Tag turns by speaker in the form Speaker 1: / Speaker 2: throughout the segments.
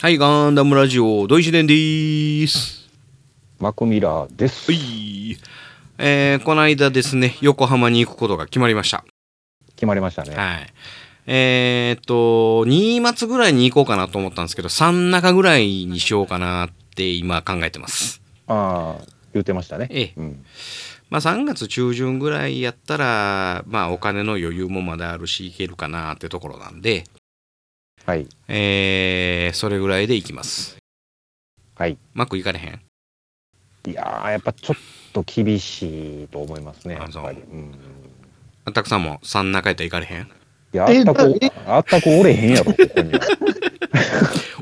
Speaker 1: はい、ガンダムラジオ、ドイシデンでーす。
Speaker 2: マクミラーです。
Speaker 1: はい。えー、この間ですね、横浜に行くことが決まりました。
Speaker 2: 決まりましたね。
Speaker 1: はい。えー、っと、2月ぐらいに行こうかなと思ったんですけど、3中ぐらいにしようかなって今考えてます。
Speaker 2: ああ、言ってましたね。
Speaker 1: ええ
Speaker 2: うん。
Speaker 1: まあ3月中旬ぐらいやったら、まあお金の余裕もまだあるし、行けるかなってところなんで、
Speaker 2: はい。
Speaker 1: えー、それぐらいで行きます。
Speaker 2: はい。
Speaker 1: マック行かれへん
Speaker 2: いやー、やっぱちょっと厳しいと思いますね。や
Speaker 1: あ
Speaker 2: っ
Speaker 1: そう
Speaker 2: ぱり。うん。
Speaker 1: あたくさんも3中やったら行かれへん
Speaker 2: いや、あったく
Speaker 3: え、
Speaker 2: あったくおれへんやろ、ここには。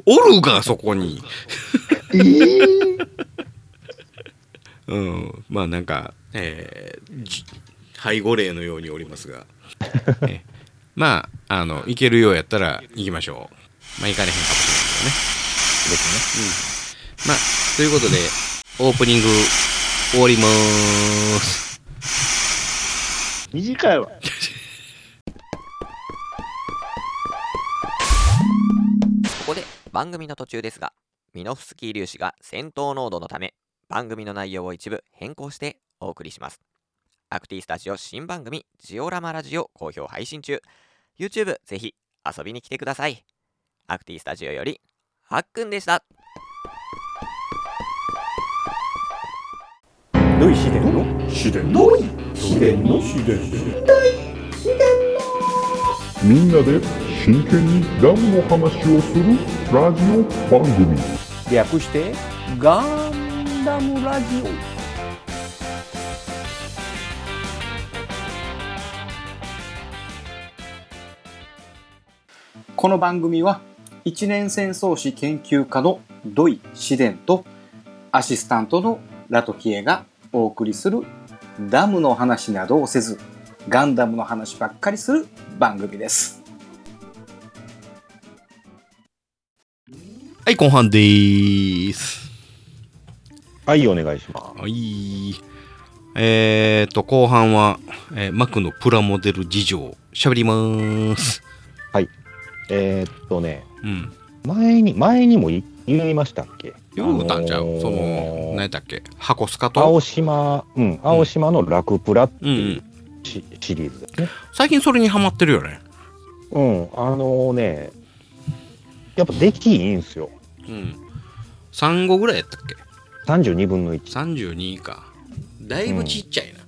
Speaker 1: おるがそこに。
Speaker 3: えー、
Speaker 1: うん、まあなんか、えーじ背後霊のようにおりますが、えまああの行けるようやったら行きましょうまあ行かれへんかもしれない
Speaker 2: ですね。
Speaker 1: けどねまあということでオープニング終わりまーす
Speaker 3: 短いわ。
Speaker 4: ここで番組の途中ですが、ミノフスキー粒子が戦闘濃度のため、番組の内容を一部変更してお送りします。アクティスタジオ新番組、ジオラマラジオ好評配信中。YouTube ぜひ遊びに来てください。アクティスタジオより、あっくんでした。
Speaker 5: みんなで真剣にダムの話をするラジオ番組
Speaker 2: 略して、ガンダムラジ
Speaker 6: この番組は一年戦争史研究家の土井紫伝とアシスタントのラトヒエがお送りするダムの話などをせずガンダムの話ばっかりする番組です。
Speaker 1: はい後半でーす
Speaker 2: オ。はい、お願いしま
Speaker 1: はいえー、と後半は、えーマックのプラモデル事情しゃべりまーす
Speaker 2: す。えーっとね、
Speaker 1: うん
Speaker 2: 前に、前にもい言いましたっけ
Speaker 1: ようたんちゃう、
Speaker 2: あのー
Speaker 1: その何やったっけ箱スカと
Speaker 2: 青島、うん、青島のラクプラって
Speaker 1: うんう
Speaker 2: い
Speaker 1: ん
Speaker 2: うシシリーズですね。
Speaker 1: 最近それにハマってるよね
Speaker 2: うん、あのね、やっぱ出来いいんすよ。
Speaker 1: うん3号ぐらいやったっけ
Speaker 2: 32分の1。
Speaker 1: 32かだいぶちっちゃいな、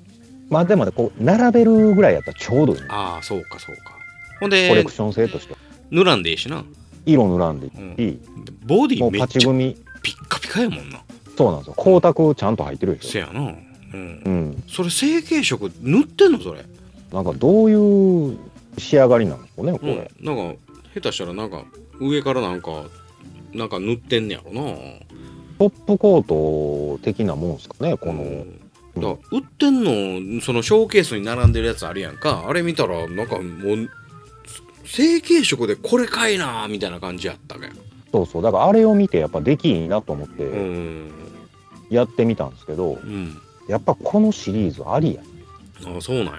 Speaker 2: まあでもね、こう、並べるぐらいやったらちょうどいいね、
Speaker 1: ああそうかそうかほん
Speaker 2: コレ
Speaker 1: で
Speaker 2: クション性としては。
Speaker 1: 塗らんでええしな
Speaker 2: 色塗らんで
Speaker 1: う
Speaker 2: い
Speaker 1: ん
Speaker 2: い。
Speaker 1: ボデ
Speaker 2: も
Speaker 1: ィ
Speaker 2: う
Speaker 1: めっ
Speaker 2: パチ
Speaker 1: ちゃ
Speaker 2: 組、
Speaker 1: ピッカピカやもんな
Speaker 2: そうなんですよ。光沢ちゃんと入ってるでし
Speaker 1: せ
Speaker 2: ょ。
Speaker 1: やなうん
Speaker 2: うん。
Speaker 1: それ成型色塗ってんのそれ
Speaker 2: なんかどういう仕上がりなんですかね、こ
Speaker 1: うん
Speaker 2: れ。
Speaker 1: なんか下手したらなんか上からなんかなんか塗ってんねやろな
Speaker 2: ポップコート的なもんですかね、こ
Speaker 1: う
Speaker 2: の。
Speaker 1: んだから売ってんのそのショーケースに並んでるやつあるやんかあれ見たらなんかもう成型色でこれかいなみたいな感じやったけど
Speaker 2: そうそう。だからあれを見て、やっぱ出来いいなと思っ
Speaker 1: う
Speaker 2: て
Speaker 1: ん
Speaker 2: やってみたんですけど、
Speaker 1: うん
Speaker 2: やっぱこのシリーズありや。
Speaker 1: あそうなんや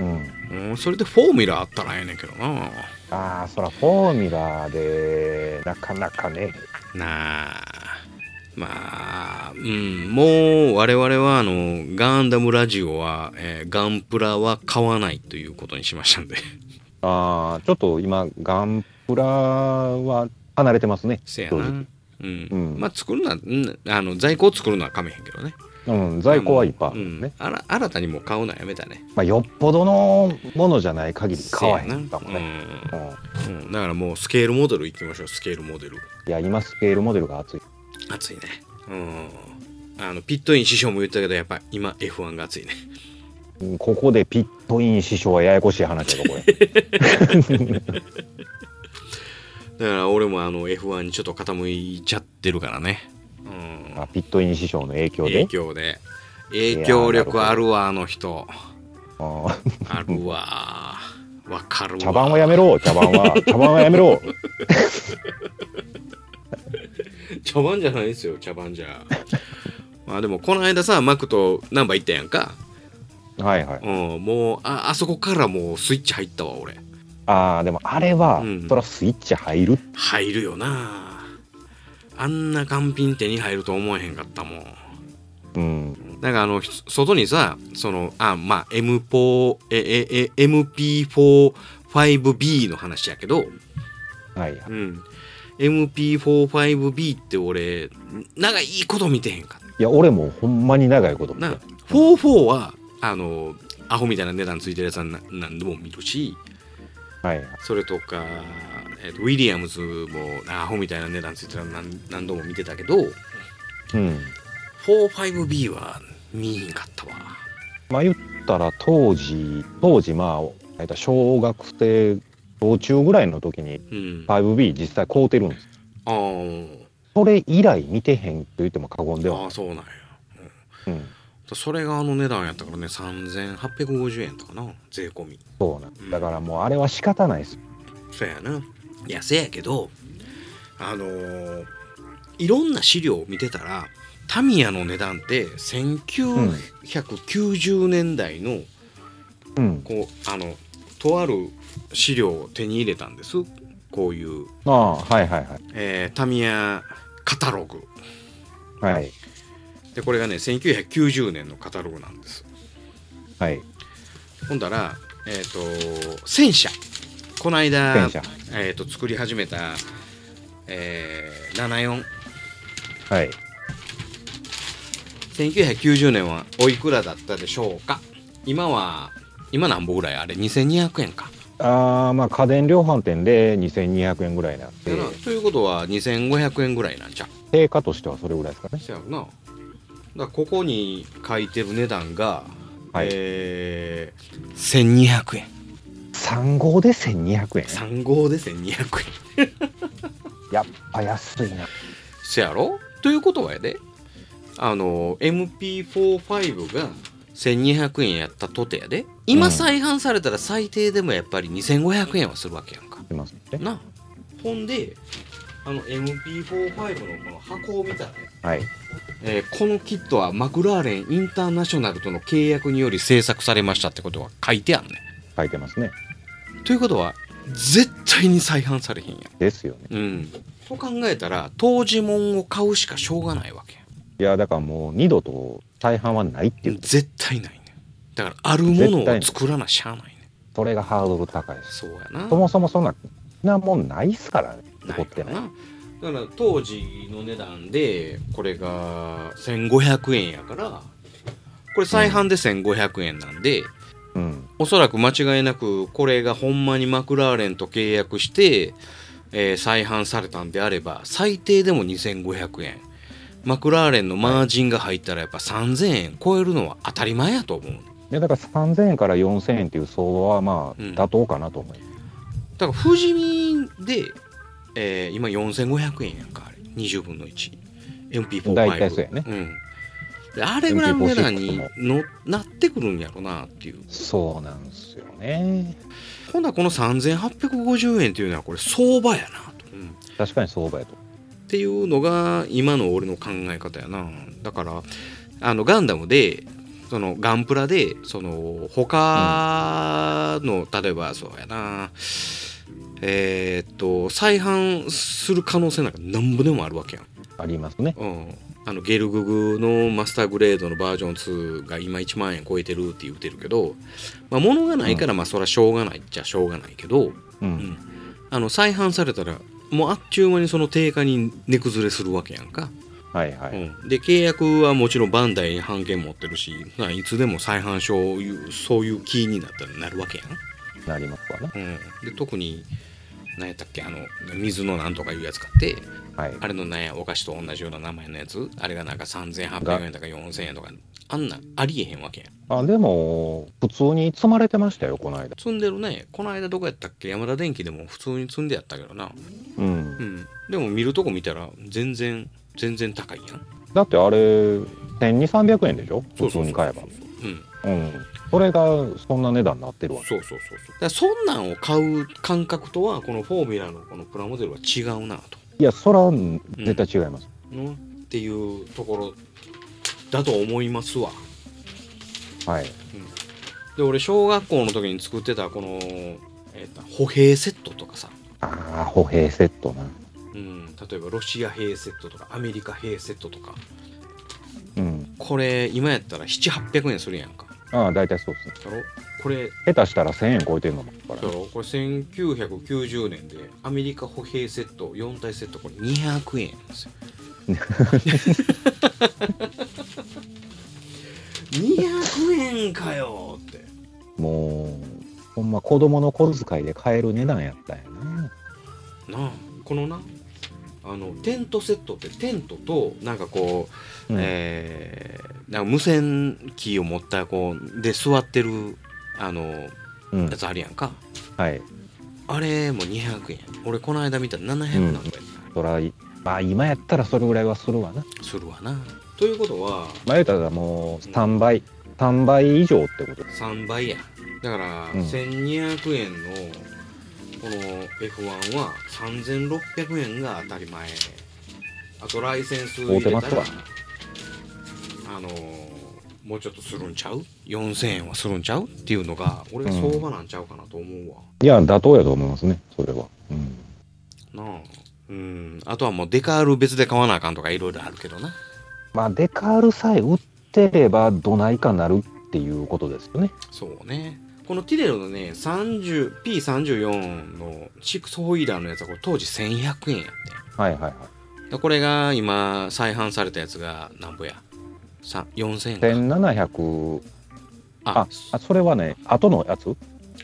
Speaker 2: うん。
Speaker 1: うん、それでフォーミュラあったらええねんけどな
Speaker 2: ああ、そら、フォーミュラーで、なかなかね。
Speaker 1: なあまあうんもう我々はあのガンダムラジオは、えーガンプラは買わないということにしましたんで
Speaker 2: ああ、ちょっと今、ガンプラは離れてますね。
Speaker 1: せやな
Speaker 2: 正
Speaker 1: う
Speaker 2: 直
Speaker 1: ん、
Speaker 2: うん
Speaker 1: まあ作るのはうんあの在庫を作るのはかめへんけどね
Speaker 2: うん、在庫はいっぱいあ
Speaker 1: う
Speaker 2: るん
Speaker 1: ん
Speaker 2: ですね。
Speaker 1: あら新たにもう買うのはやめたね
Speaker 2: まあ、よっぽどのものじゃない限り買わへんかったも
Speaker 1: せ
Speaker 2: ん
Speaker 1: や
Speaker 2: ね。
Speaker 1: な
Speaker 2: うん
Speaker 1: うん、うんだからもうスケールモデルいきましょうスケールモデル
Speaker 2: いや、今、スケールモデルが熱い。
Speaker 1: 熱いねうんあのピットイン師匠も言ったけどやっぱ今 F1 が熱いね
Speaker 2: うんここでピットイン師匠はややこしい話だぞ、こ れ。
Speaker 1: だから俺もあの F1 にちょっと傾いちゃってるからね。うん。
Speaker 2: あピットイン師匠の影響
Speaker 1: 影
Speaker 2: で。
Speaker 1: 響で。影響力あるわ、あの人。
Speaker 2: あー
Speaker 1: あるわ。わかるわ。
Speaker 2: 茶番はやめろ、茶番 は。茶番はやめろ。
Speaker 1: 茶番じゃないですよ、茶番じゃ。まあでも、この間さ、マクとナンバー行ったやんか。
Speaker 2: はいはい。
Speaker 1: うん、もう、あ、あそこからもうスイッチ入ったわ、俺。
Speaker 2: ああ、でもあれは、
Speaker 1: うん
Speaker 2: そらスイッチ入る。
Speaker 1: 入るよな。あんな完品手に入ると思えへんかったもん
Speaker 2: うん。
Speaker 1: なんかあのひ外にさそのあまあ M4 えええ MP45B の話やけど、
Speaker 2: はい。
Speaker 1: うん、MP45B って俺長いこと見てへんかった
Speaker 2: いや、俺もほんまに長いこと見て
Speaker 1: な44はあのアホみたいな値段ついてるやつはな何でも見るし
Speaker 2: はい。
Speaker 1: それとか、えーとウィリアムズもアホみたいな値段ついてるの何何度も見てたけど
Speaker 2: うん。
Speaker 1: 45B は見えへんかったわ
Speaker 2: まあ言ったら当時、当時まあ、えっと小学生、小中ぐらいの時に
Speaker 1: うんあ
Speaker 2: 5B 実際買うてるんです。
Speaker 1: あー
Speaker 2: それ以来見てへんと言っても過言では
Speaker 1: あーそうなんや
Speaker 2: ない。うん。
Speaker 1: それがあの値段やったからね3850円とかな税込み
Speaker 2: そうなん。だからもうあれは仕方ないです。
Speaker 1: そうやな。いや、せやけど、あのーいろんな資料を見てたら、タミヤの値段って1990年代の、
Speaker 2: うん。
Speaker 1: こう、あの、とある資料を手に入れたんです。こういう、
Speaker 2: ああ、はいはいはい。
Speaker 1: えータミヤカタログ。
Speaker 2: はい。
Speaker 1: で、これがね、1990年のカタログなんです。
Speaker 2: はい。
Speaker 1: ほんだら、えっ、と、戦車。この間
Speaker 2: 戦、車。
Speaker 1: えっ、と、作り始めた、えー、74。
Speaker 2: はい。
Speaker 1: 1990年はおいくらだったでしょうか今は今何本ぐらいあれ2200円か、
Speaker 2: ああ、まあ家電量販店で2200円ぐらいなんで、
Speaker 1: ということは2500円ぐらいなんちゃう
Speaker 2: 定価としてはそれぐらいですかね。
Speaker 1: そやろなだからここに書いてる値段が、
Speaker 2: はい
Speaker 1: えー、1200円
Speaker 2: 3号で1200円。
Speaker 1: 3号で1200円
Speaker 2: やっぱ安いな。
Speaker 1: そやろということはやであの MP45 が1200円やったとてやで今
Speaker 2: うん
Speaker 1: 再販されたら最低でもやっぱり2500円はするわけやんか
Speaker 2: いますね。
Speaker 1: なほんであの MP45 のこの箱を見たらね、
Speaker 2: はい。
Speaker 1: えーこのキットはマクラーレンインターナショナルとの契約により制作されましたってことは書いてあんね
Speaker 2: 書いてますね。
Speaker 1: ということは絶対に再販されへんやん
Speaker 2: ですよね。
Speaker 1: うんと考えたら当時物を買うしかしょうがないわけ
Speaker 2: いや、だからもう二度と大半はないって
Speaker 1: や
Speaker 2: い
Speaker 1: ん
Speaker 2: う。
Speaker 1: 絶対ないねんだからあるもの
Speaker 2: 絶対
Speaker 1: を
Speaker 2: ない
Speaker 1: 作らなしゃあないね
Speaker 2: それがハードル高いです。
Speaker 1: そうやな
Speaker 2: そもそもそんな、なもんないっすからね。
Speaker 1: な
Speaker 2: 残
Speaker 1: い
Speaker 2: っ
Speaker 1: か
Speaker 2: て
Speaker 1: ら
Speaker 2: ない。
Speaker 1: なだから当時の値段でこれが1500円やからこれ再販で1500円なんで、
Speaker 2: うん。
Speaker 1: おそらく間違いなくこれがほんまにマクラーレンと契約して、えー再販されたんであれば最低でも2500円マクラーレンのマージンが入ったらやっぱ3000円超えるのは当たり前やと思う
Speaker 2: いや、だから3000円から4000円っていう相場はまあ、
Speaker 1: うん
Speaker 2: 妥当かなと思います。
Speaker 1: だから富士見で、えー今4500円やんかあれ20分の 1MP45
Speaker 2: 大体そうやね
Speaker 1: んであれぐらいの値段に
Speaker 2: MP46
Speaker 1: のなってくるんやろなっていう
Speaker 2: そうなんですよね。
Speaker 1: ほんならこの3850円っていうのはこれ相場やなと、うん
Speaker 2: 確かに相場やと。
Speaker 1: っていうのが今の俺の考え方やなだからあのガンダムでそのガンプラでその他の、例えばそうやなえーっと再販する可能性なんかなんぼでもあるわけやん、
Speaker 2: ありますね。
Speaker 1: うん、あのゲルググのマスターグレードのバージョン2が今1万円超えてるって言うてるけど、まあ、物がないからまあそれはしょうがないっちゃしょうがないけど、
Speaker 2: うん。
Speaker 1: うんあの再販されたらもうあっちゅう間にその定価に値崩れするわけやんか、
Speaker 2: はいはい。
Speaker 1: うん、で契約はもちろんバンダイに半券持ってるしまあいつでも再販証いうそういうキーになったらなるわけや
Speaker 2: なりますわな。
Speaker 1: ん、うん、で特に何やったっけあの水のなんとかいうやつ買って
Speaker 2: はい。
Speaker 1: あれのねお菓子と同じような名前のやつあれがなんか3800円とか4000円とかあんなんありえへんわけやん
Speaker 2: あでも、普通に積まれてましたよ、この間。
Speaker 1: 積んでるねこの間どこやったっけ山田電機でも普通に積んでやったけどな
Speaker 2: うん
Speaker 1: う。ん、でも見るとこ見たら全然全然高いやん
Speaker 2: だってあれ、1200、300円でしょ普通
Speaker 1: そうそうそうそう
Speaker 2: に買えば。
Speaker 1: うん
Speaker 2: うん。それが、そんな値段になってるわけ。
Speaker 1: そうそうそうそうだからそんなんを買う感覚とはこのフォーミュラのこのプラモデルは違うなと、
Speaker 2: いや、そら、絶対違います。
Speaker 1: うんっていうところだと思いますわ
Speaker 2: はい。
Speaker 1: で俺小学校の時に作ってたこの、えーと歩兵セットとかさ、
Speaker 2: ああ、歩兵セットな。
Speaker 1: うん、例えばロシア兵セットとかアメリカ兵セットとか
Speaker 2: うん。
Speaker 1: これ今やったら700800円するやんか
Speaker 2: ああ、大体そうですね。
Speaker 1: だろこれ
Speaker 2: 下手したら1000円超えてるのもあ
Speaker 1: だ
Speaker 2: るから。
Speaker 1: ろこれ1990年でアメリカ歩兵セット4体セットこれ200円なんですよ200円かよって
Speaker 2: もう、ほんま子供の小遣いで買える値段やったんやな。
Speaker 1: なあこのなあのテントセットってテントとなんかこう、
Speaker 2: うん
Speaker 1: えーなんか無線機を持ったこうで座ってるあの
Speaker 2: うん
Speaker 1: や。つあるやんか、
Speaker 2: はい。
Speaker 1: あれも200円俺この間見たら700円なんかや
Speaker 2: そら、まあ今やったらそれぐらいはするわな。
Speaker 1: するわなということは
Speaker 2: まあ言うたらもう3倍、3倍以上ってことです。
Speaker 1: 3倍やだから、
Speaker 2: うん
Speaker 1: 1200円のこの F1 は3600円が当たり前あとライセンス入れ
Speaker 2: 合
Speaker 1: た
Speaker 2: うて
Speaker 1: ら
Speaker 2: ます
Speaker 1: あのーもうちょっとするんちゃう4000円はするんちゃうっていうのが俺
Speaker 2: うん
Speaker 1: 相場なんちゃうかなと思うわ、
Speaker 2: いや、妥当やと思いますね、それは。うん。
Speaker 1: なあうんあとはもうデカール別で買わなあかんとかいろいろあるけどな
Speaker 2: まあデカールさえ売ってればどないかなるっていうことですよね。
Speaker 1: そうねこのティレロのね 30- P34 のシックスホイーラーのやつはこれ当時1100円やって
Speaker 2: はいはいはい。
Speaker 1: でこれが今再販されたやつがなんぼやさ4000円か
Speaker 2: 1700、
Speaker 1: あ
Speaker 2: あ、あそれはね、後のやつ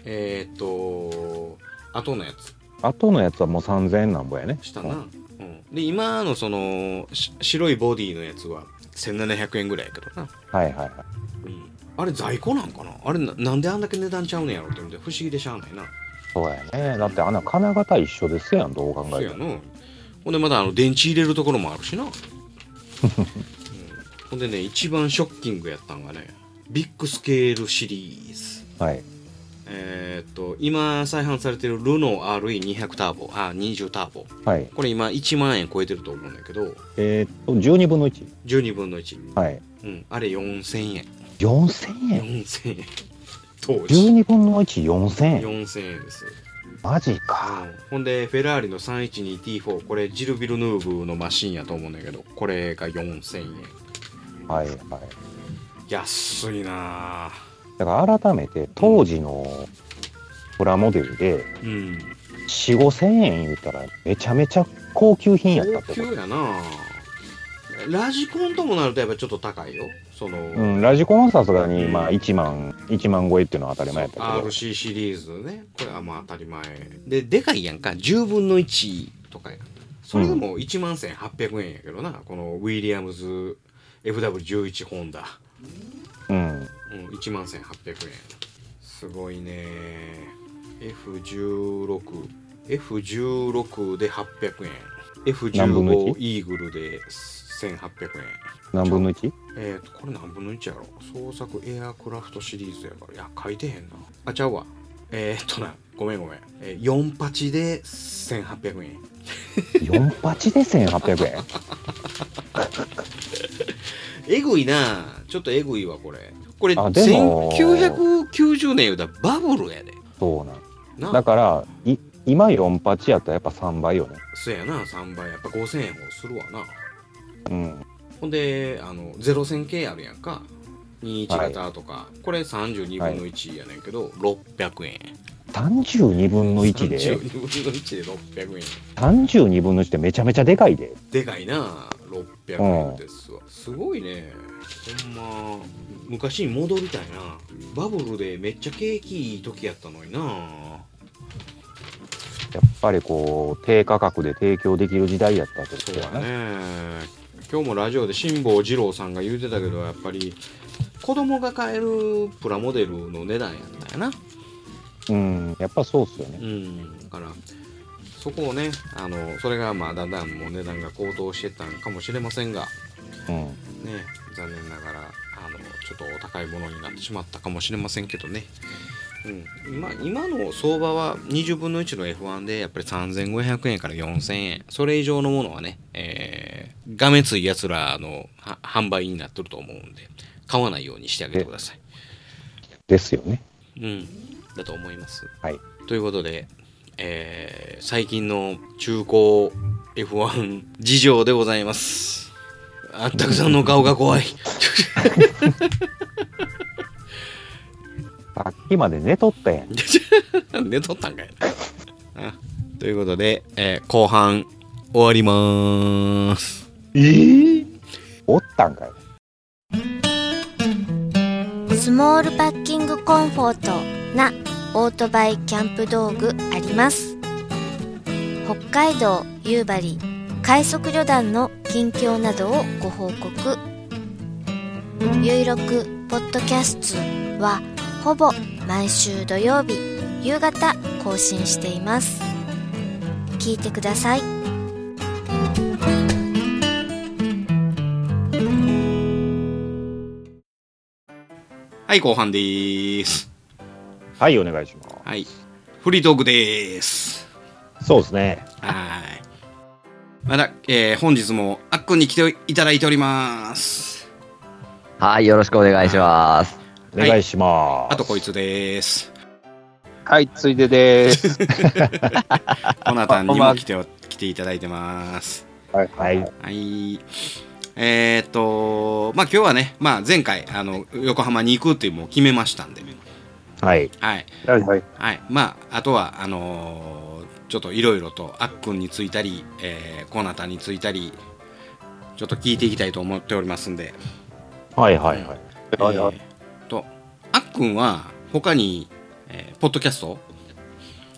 Speaker 1: えーっ、と後のやつ
Speaker 2: 後のやつはもう3000なんぼやね。
Speaker 1: したな、うん、で今のそのし白いボディのやつは1700円ぐらいやけどな、
Speaker 2: はいはいはい。
Speaker 1: うん、あれ在庫なんかなあれななんであんだけ値段ちゃうねやろって思って不思議でしゃあないな
Speaker 2: そうやね。だってあの金型一緒ですやん、どう考
Speaker 1: そう
Speaker 2: え
Speaker 1: や
Speaker 2: て
Speaker 1: な
Speaker 2: も。
Speaker 1: ほんでまだあの電池入れるところもあるしな、うんほんでね一番ショッキングやったんがねビッグスケールシリーズ
Speaker 2: はい。
Speaker 1: えーっと今再販されてるルノー RE200 ターボあ20ターボ
Speaker 2: はい。
Speaker 1: これ今1万円超えてると思うんだけど
Speaker 2: えーっと、12分の1。
Speaker 1: 12分の1、
Speaker 2: はい。
Speaker 1: うん、あれ4000円
Speaker 2: 4000円
Speaker 1: 4000円 当時
Speaker 2: ?12 分の1、4000円
Speaker 1: 4000円です、
Speaker 2: マジ
Speaker 1: う
Speaker 2: か。
Speaker 1: んほんでフェラーリの 312T4 これジル・ビルヌーブのマシンやと思うんだけどこれが4000円
Speaker 2: はいはい。
Speaker 1: 安いなあ
Speaker 2: だから改めて、当時のプラモデルで、
Speaker 1: うん
Speaker 2: 4、5000円言ったら、めちゃめちゃ高級品やったっ
Speaker 1: 高
Speaker 2: てこと
Speaker 1: 級。やなあラジコンともなるとやっぱちょっと高いよその、
Speaker 2: うん、ラジコンはさすがに、
Speaker 1: うん
Speaker 2: まあ、1万、1万超えっていうのは当たり前やったけど、
Speaker 1: RC シリーズねこれはまあ当たり前ででかいやんか10分の1とかやそれでも1万1800円やけどな、このウィリアムズ FW11 ホンダ、
Speaker 2: うん、
Speaker 1: うん、1万1800円すごいね F16F16 で800円
Speaker 2: 何分の
Speaker 1: F15
Speaker 2: 一
Speaker 1: イーグルで1800円
Speaker 2: 何分の 1?
Speaker 1: えー、とこれ何分の1やろ創作エアクラフトシリーズやからいや書いてへんなあちゃうわえー、っとなごめんごめん、えー、4八で1800円
Speaker 2: 48で1800円
Speaker 1: えぐいなちょっとえぐいわこれこれ
Speaker 2: あでも
Speaker 1: 1990年言うたらバブルやで
Speaker 2: そうなん
Speaker 1: な
Speaker 2: だからい今48やったらやっぱ3倍よね
Speaker 1: そやな3倍やっぱ5000円をするわな
Speaker 2: うん
Speaker 1: ほんであの0系あるやんか21型とか、これ32分の1やねんけど、600円
Speaker 2: 32分の1で
Speaker 1: 32分の1で600円
Speaker 2: 32分の1ってめちゃめちゃでかいで
Speaker 1: でかいな600円ですわ、すごいねほんま昔に戻りたいなバブルでめっちゃ景気いい時やったのにな
Speaker 2: やっぱりこう低価格で提供できる時代やったってこと
Speaker 1: そう
Speaker 2: や
Speaker 1: だ
Speaker 2: な、
Speaker 1: ね今日もラジオで辛坊二郎さんが言うてたけどやっぱり子供が買えるプラモデルの値段やったんやな
Speaker 2: うんやっぱそうっすよ
Speaker 1: う
Speaker 2: ね
Speaker 1: んだからそこをねあのそれがまあだんだんもう値段が高騰してったんかもしれませんが
Speaker 2: うん
Speaker 1: ね、残念ながらあのちょっとお高いものになってしまったかもしれませんけどね、うん、今今の相場は20分の1の F1 でやっぱり3500円から4000円それ以上のものはね、えー、がめついやつらのは販売になってると思うんで買わないようにしてあげてください、
Speaker 2: ですよね
Speaker 1: うん、だと思います、
Speaker 2: はい
Speaker 1: ということで、えー最近の中古 F1 事情でございます。あったくさんの顔が怖い。
Speaker 2: さっきまで寝とったやん。
Speaker 1: 寝とったんかいな。 あということで、えー後半終わりまーす。
Speaker 2: おったんかい。
Speaker 7: スモールパッキングコンフォートなオートバイキャンプ道具あります北海道夕張快速旅団の近況などをご報告ゆいろくポッドキャストはほぼ毎週土曜日夕方更新しています聞いてください
Speaker 1: はい、後半でーす。
Speaker 2: はい、お願いしま
Speaker 1: はい。フリートークでーす。
Speaker 2: す。そうですね。
Speaker 1: はーい。まだ、えー本日もあっくんに来ていただいております。
Speaker 4: はい、よろしくお願いします。
Speaker 2: お願いします。
Speaker 1: あとこいつでーす。
Speaker 3: はい、ついでです。
Speaker 1: コナタンにも来てお来ていただいてます。
Speaker 3: はい、
Speaker 2: はい。
Speaker 1: はい。えー、っと、まあ今日はね、まあ、前回あの横浜に行くっていうもう決めましたんで、
Speaker 2: はい。
Speaker 1: はい。
Speaker 3: はい、はい。
Speaker 1: はい、まああとはあのーちょっといろいろとあっくんについたり、えー、コナタについたりちょっと聞いていきたいと思っておりますんで、
Speaker 2: はいはいはい。
Speaker 3: はいはい
Speaker 1: えーとあっくんは他に、えーポッドキャスト、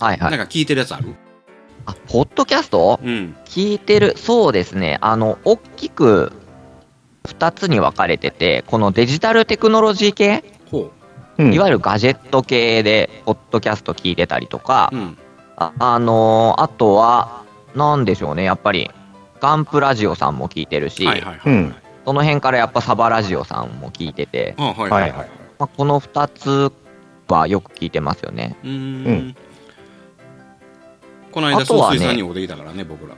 Speaker 4: はいは
Speaker 1: ないん。か聞いてるやつある
Speaker 4: あ、ポッドキャスト
Speaker 1: うん
Speaker 4: 聞いてる、そうですね。あの、大きく2つに分かれてて、このデジタルテクノロジー系、
Speaker 1: ほ
Speaker 2: うん
Speaker 4: いわゆるガジェット系で、ポッドキャスト聞いてたりとか、
Speaker 1: う、うん、
Speaker 4: ああのーあとは、なんでしょうね、やっぱり、ガンプラジオさんも聞いてるし、
Speaker 1: はいはいは
Speaker 2: う
Speaker 1: い、
Speaker 2: ん。
Speaker 4: その辺からやっぱサバラジオさんも聞いてて、
Speaker 1: あはい
Speaker 2: はいはい。
Speaker 4: まあ、この2つはよく聞いてますよね。
Speaker 1: うーん
Speaker 2: うん
Speaker 1: この間
Speaker 4: あとは
Speaker 1: 総
Speaker 4: ね
Speaker 1: 水さんにおできたからね僕ら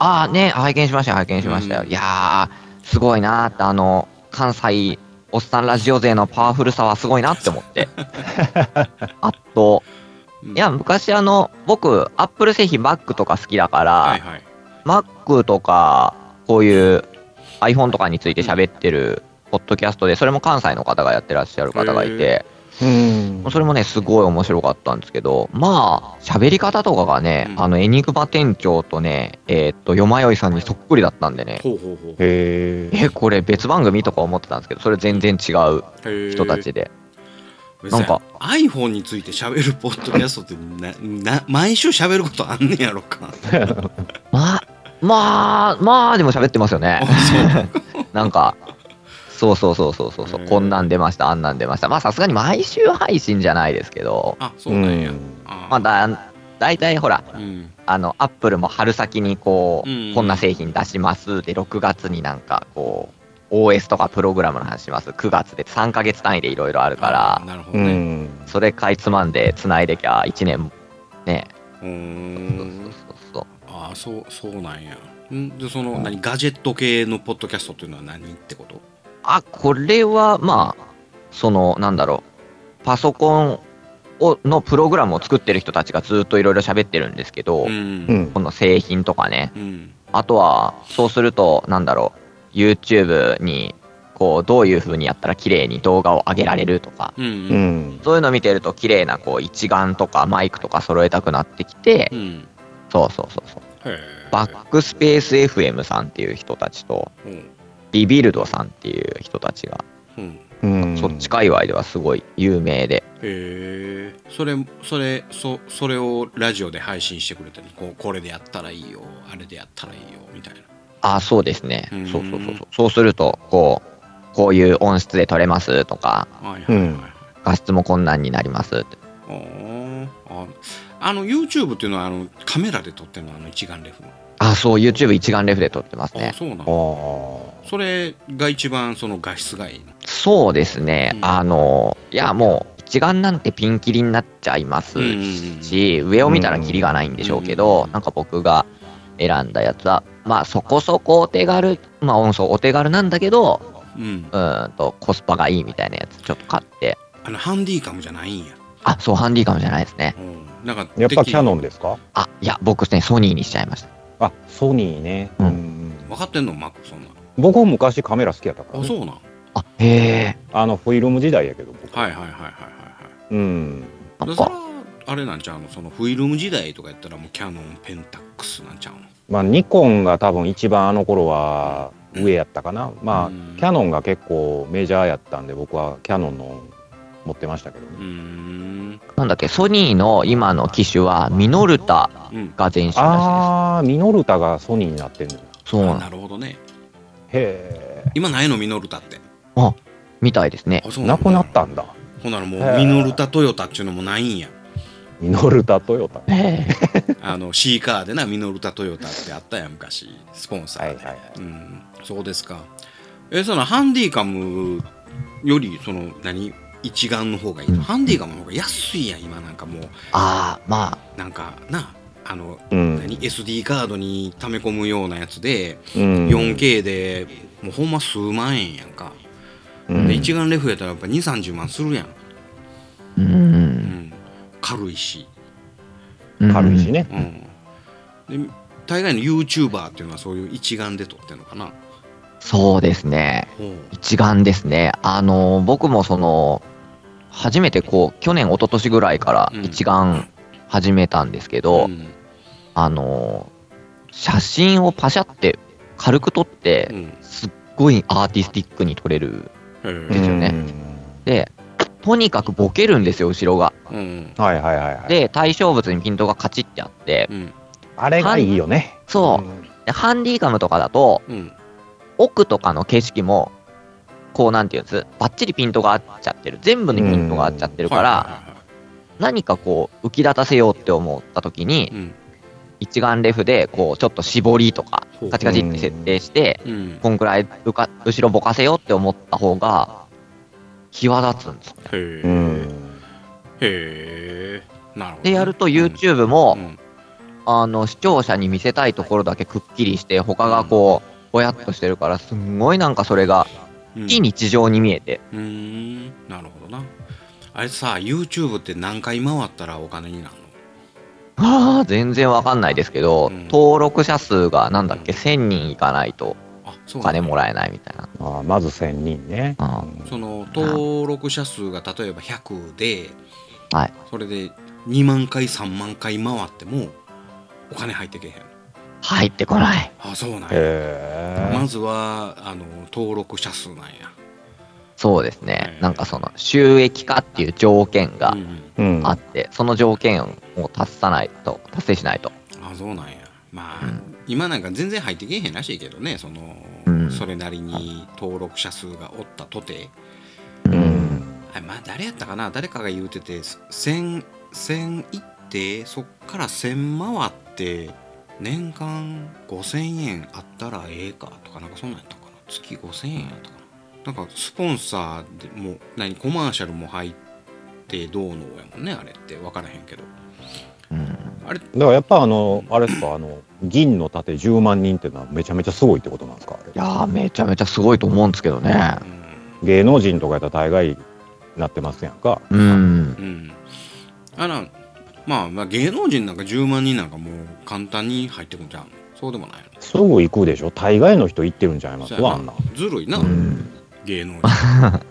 Speaker 4: ああ、ね、拝見しましたよ、拝見しましたよ。
Speaker 1: うん
Speaker 4: いやー、すごいなーって、あの、関西、おっさんラジオ勢のパワフルさはすごいなって 思って。あと、
Speaker 1: うん
Speaker 4: いや、昔あの、僕、アップル製品 Mac とか好きだから、
Speaker 1: はいはい
Speaker 4: Mac とか、こういう iPhone とかについて喋ってる、ポッドキャストで、それも関西の方がやってらっしゃる方がいて、
Speaker 2: うん。
Speaker 4: それもね、すごい面白かったんですけど、まあ、喋り方とかがね、
Speaker 1: うん
Speaker 4: あの、エニグマ店長とね、えーっと、よまよいさんにそっくりだったんでね、
Speaker 1: ほうほうほう
Speaker 2: へえ。
Speaker 4: え、これ別番組とか思ってたんですけど、それ全然違う
Speaker 1: へー
Speaker 4: 人たちで。
Speaker 1: な
Speaker 4: なんん
Speaker 1: か
Speaker 4: か
Speaker 1: iPhone について喋るポッドキャストってな な毎週喋ることあんねやろか
Speaker 4: まあ、まあ、まあ、でも喋ってますよね
Speaker 1: あ。そう
Speaker 4: なんか、そうそうそうそうそうそう、
Speaker 1: へー
Speaker 4: こんなん出ました、あんなん出ました。まあ、さすがに毎週配信じゃないですけど、
Speaker 1: あそううなんや、
Speaker 2: ん。
Speaker 1: あ
Speaker 4: まあ、だ、大体ほら、
Speaker 1: うん
Speaker 4: あの、アップルも春先にこう、
Speaker 1: うん
Speaker 4: こんな製品出します。で、6月になんかこう、OS とかプログラムの話します。9月で3ヶ月単位でいろいろあるか
Speaker 1: あ
Speaker 4: ら、
Speaker 1: なるほど
Speaker 2: う
Speaker 1: ね
Speaker 2: ん。
Speaker 4: それかいつまんで繋いできゃ1年、ね。
Speaker 1: うー
Speaker 4: そうそうんそうそう。
Speaker 1: あそうそうなんやんでその何ガジェット系のポッドキャストっていうのは何ってこと
Speaker 4: あ、これは、まあ、その、なんだろう、パソコンをのプログラムを作ってる人たちがずっといろいろ喋ってるんですけど、
Speaker 1: うん
Speaker 2: う、ん。
Speaker 4: この製品とかね、
Speaker 1: うん、
Speaker 4: あとは、そうすると、なんだろう、YouTube に、こう、どういう風にやったら綺麗に動画を上げられるとか、
Speaker 1: うん
Speaker 2: う
Speaker 1: うん
Speaker 2: ん。
Speaker 4: そういうの見てると、綺麗な、こう、一眼とかマイクとか揃えたくなってきて、
Speaker 1: うん
Speaker 4: そうそうそうそ
Speaker 1: へ
Speaker 4: う、
Speaker 1: え
Speaker 4: バックスペース FM さんっていう人たちと、
Speaker 1: うん
Speaker 4: リビルドさんっていう人たちが、
Speaker 1: うん
Speaker 2: うん。
Speaker 4: そっち界隈ではすごい有名で、
Speaker 1: へえそれそれそそれをラジオで配信してくれてるこうこれでやったらいいよあれでやったらいいよみたいな
Speaker 4: あ、そうですね
Speaker 1: うん。
Speaker 4: そうそうそうそう。そうすると、こう、こういう音質で撮れますとか、
Speaker 1: はいはいはい、
Speaker 2: うん
Speaker 1: はい
Speaker 4: 画質も困難になりますって。
Speaker 1: あーああの YouTube っていうのはあのカメラで撮ってるのあの一眼レフの、
Speaker 4: あ、そう、YouTube 一眼レフで撮ってます
Speaker 1: あ
Speaker 4: ね。
Speaker 1: そうな
Speaker 2: あ
Speaker 1: の
Speaker 2: あ。
Speaker 1: それが一番その画質がいいの
Speaker 4: そうですね
Speaker 1: う。ん
Speaker 4: あの、いや、もう、一眼なんてピンキリになっちゃいますし、上を見たらキリがないんでしょうけ
Speaker 1: う
Speaker 4: ど
Speaker 1: ん、
Speaker 4: なんか僕が選んだやつは、まあ、そこそこお手軽、まあ、音素お手軽なんだけど、
Speaker 1: うん
Speaker 4: うーんと、コスパがいいみたいなやつ、ちょっと買って、
Speaker 1: あのハンディカムじゃないんや、
Speaker 4: あ、そう、ハンディカムじゃないですね。
Speaker 1: うんなんか
Speaker 2: やっぱキャノ
Speaker 1: ン
Speaker 2: ンですか
Speaker 4: あ、いや、僕ね、ソニーにしちゃいました。
Speaker 2: あソニーね、
Speaker 4: うん
Speaker 2: うん
Speaker 1: 分かってんのマックそんな
Speaker 2: 僕も昔カメラ好きやったから、
Speaker 1: あ
Speaker 2: ね、
Speaker 1: そうなん
Speaker 4: あ、へえ。
Speaker 2: あのフィルム時代やけど僕
Speaker 1: はいはいはいはいはい
Speaker 2: うん
Speaker 4: な
Speaker 1: はい
Speaker 4: ん
Speaker 1: それ
Speaker 4: か、
Speaker 1: はあれなんちゃうのそのフィルム時代とかやったらもうキャノンペンタックスなんちゃうの
Speaker 2: まあニコンが多分一番あの頃は上やったかなまあ、
Speaker 1: うん
Speaker 2: キャノンが結構メジャーやったんで僕はキャノンの持ってましたけどね
Speaker 1: うーん
Speaker 4: なんだっけ、ソニーの今の機種は、ミノルタ
Speaker 1: うん
Speaker 4: が前身らしいです。
Speaker 2: ああミノルタがソニーになってんの
Speaker 4: そうな
Speaker 1: あ
Speaker 4: ん
Speaker 1: なるほどね
Speaker 2: へ
Speaker 1: 今ないのミノルタって
Speaker 4: みたいですね。
Speaker 1: あそ
Speaker 2: え
Speaker 1: うな
Speaker 2: な
Speaker 1: の
Speaker 2: くなったんだ
Speaker 1: ほんならも
Speaker 2: へ
Speaker 1: う
Speaker 2: ー
Speaker 1: ミノルタトヨタっちゅうのもないんや
Speaker 2: ミノルタトヨタ
Speaker 4: へえ。
Speaker 1: あのシーカーでなミノルタトヨタってあったやん昔スポンサーで、
Speaker 2: はいはいはい
Speaker 1: うん、そうですかえそのハンディカムよりその何一眼の方がいいの、
Speaker 4: うん
Speaker 1: ハンディカムの方が安いやん今なんかもう
Speaker 4: ああ、まあ、
Speaker 1: なんかなあの、
Speaker 2: うん、
Speaker 1: 何 SD カードに溜め込むようなやつで、
Speaker 2: うん、
Speaker 1: 4K でもうほんま数万円やんか、
Speaker 2: うん
Speaker 1: で一眼レフやったらやっぱ2 3 0万するやん、
Speaker 4: う。
Speaker 1: うんん、軽いし
Speaker 2: 軽いし。ね、
Speaker 1: うん、で大概の YouTuber っていうのはそういう一眼で撮ってるのかな
Speaker 4: そうですね。
Speaker 1: ほう
Speaker 4: 一眼ですね。あの、僕もその、初めてこう、去年、一昨年ぐらいから
Speaker 1: うん
Speaker 4: 一眼始めたんですけど、
Speaker 1: ん
Speaker 4: あの、写真をパシャって軽く撮って
Speaker 1: う、ん
Speaker 4: すっごいアーティスティックに撮れる。
Speaker 1: へ
Speaker 2: うん、
Speaker 4: ですよねで、とにかくボケるんですよ、後ろが。
Speaker 1: うん
Speaker 2: はいはいはいはい
Speaker 4: で、対象物にピントがカチッてあって
Speaker 1: う、ん
Speaker 2: あれがいいよね
Speaker 4: そうでハンディカムとかだと、
Speaker 1: うん
Speaker 4: 奥とかの景色も、こうなんていうんです、ばっちりピントが合っちゃってる。全部にピントが合っちゃってるか
Speaker 1: はい
Speaker 4: ら、
Speaker 1: はいはいは
Speaker 4: 何かこう、浮き立たせようって思った時に
Speaker 1: い、うん
Speaker 4: 一眼レフで、こう、ちょっと絞りとか
Speaker 1: ほう、
Speaker 4: カチカチって設定して、
Speaker 1: うん
Speaker 4: こんくらい浮か後ろぼかせようって思った方が、際立つんですよね。
Speaker 1: へえ、
Speaker 2: ん、
Speaker 1: へえなるほどね、
Speaker 4: で、やると YouTube も、あの、視聴者に見せたいところだけくっきりして、他がこう、ぼやっとしてるから、すんごいなんかそれが、非日常に見えて。
Speaker 1: うんうんなるほどなあれさ YouTube って何回回ったらお金になるの
Speaker 4: ああ、全然わかんないですけど、
Speaker 1: うん
Speaker 4: 登録者数がなんだっけ、1000人いかないと
Speaker 1: あそ
Speaker 4: お
Speaker 1: うなんだ
Speaker 4: 金もらえないみたいな。
Speaker 2: あーまず1000人ね、
Speaker 4: あ
Speaker 1: その登録者数が例えば100で、
Speaker 4: はい
Speaker 1: それで2万回3万回回ってもお金入ってけへん
Speaker 4: 入ってこない。
Speaker 1: あそうなんや、
Speaker 2: へ
Speaker 1: まずはあの登録者数なんや
Speaker 4: そうです
Speaker 1: う
Speaker 4: ね
Speaker 1: ん。
Speaker 4: なんかその、収益化っていう条件が
Speaker 1: うんうん
Speaker 2: え、うん
Speaker 4: あって、その条件を達さないと、達成しないと。
Speaker 1: あそうなんやまあ、
Speaker 4: うん
Speaker 1: 今なんか全然入ってけへんらしいけどねその、
Speaker 4: うん
Speaker 1: それなりに登録者数がおったとて
Speaker 4: う。
Speaker 2: うんん
Speaker 1: あまあ誰やったかな誰かが言うてて1000 1000行ってそっから1000回って年間5000円あったらええかとかなんかそんなんやったかな月5000円やったかななんかスポンサーでも何コマーシャルも入ってどうのやもんねあれって分からへんけど
Speaker 4: うん
Speaker 1: あれ
Speaker 2: だからやっぱあのあれですかあの銀の盾10万人っていうのはめちゃめちゃすごいってことなんですかあれ
Speaker 4: いやー、めちゃめちゃすごいと思うんですけどね。
Speaker 2: 芸能人とかやったら大概なってますやんか
Speaker 4: うん。
Speaker 1: うん、うん、あらまあまあ芸能人なんか10万人なんかもう簡単に入ってくんじゃんそうでもない
Speaker 2: すぐ行くでしょ大概の人行ってるんじゃいます
Speaker 1: そうや
Speaker 2: わ
Speaker 1: な
Speaker 2: あんな
Speaker 1: のずるいな、
Speaker 4: うん
Speaker 1: 芸能人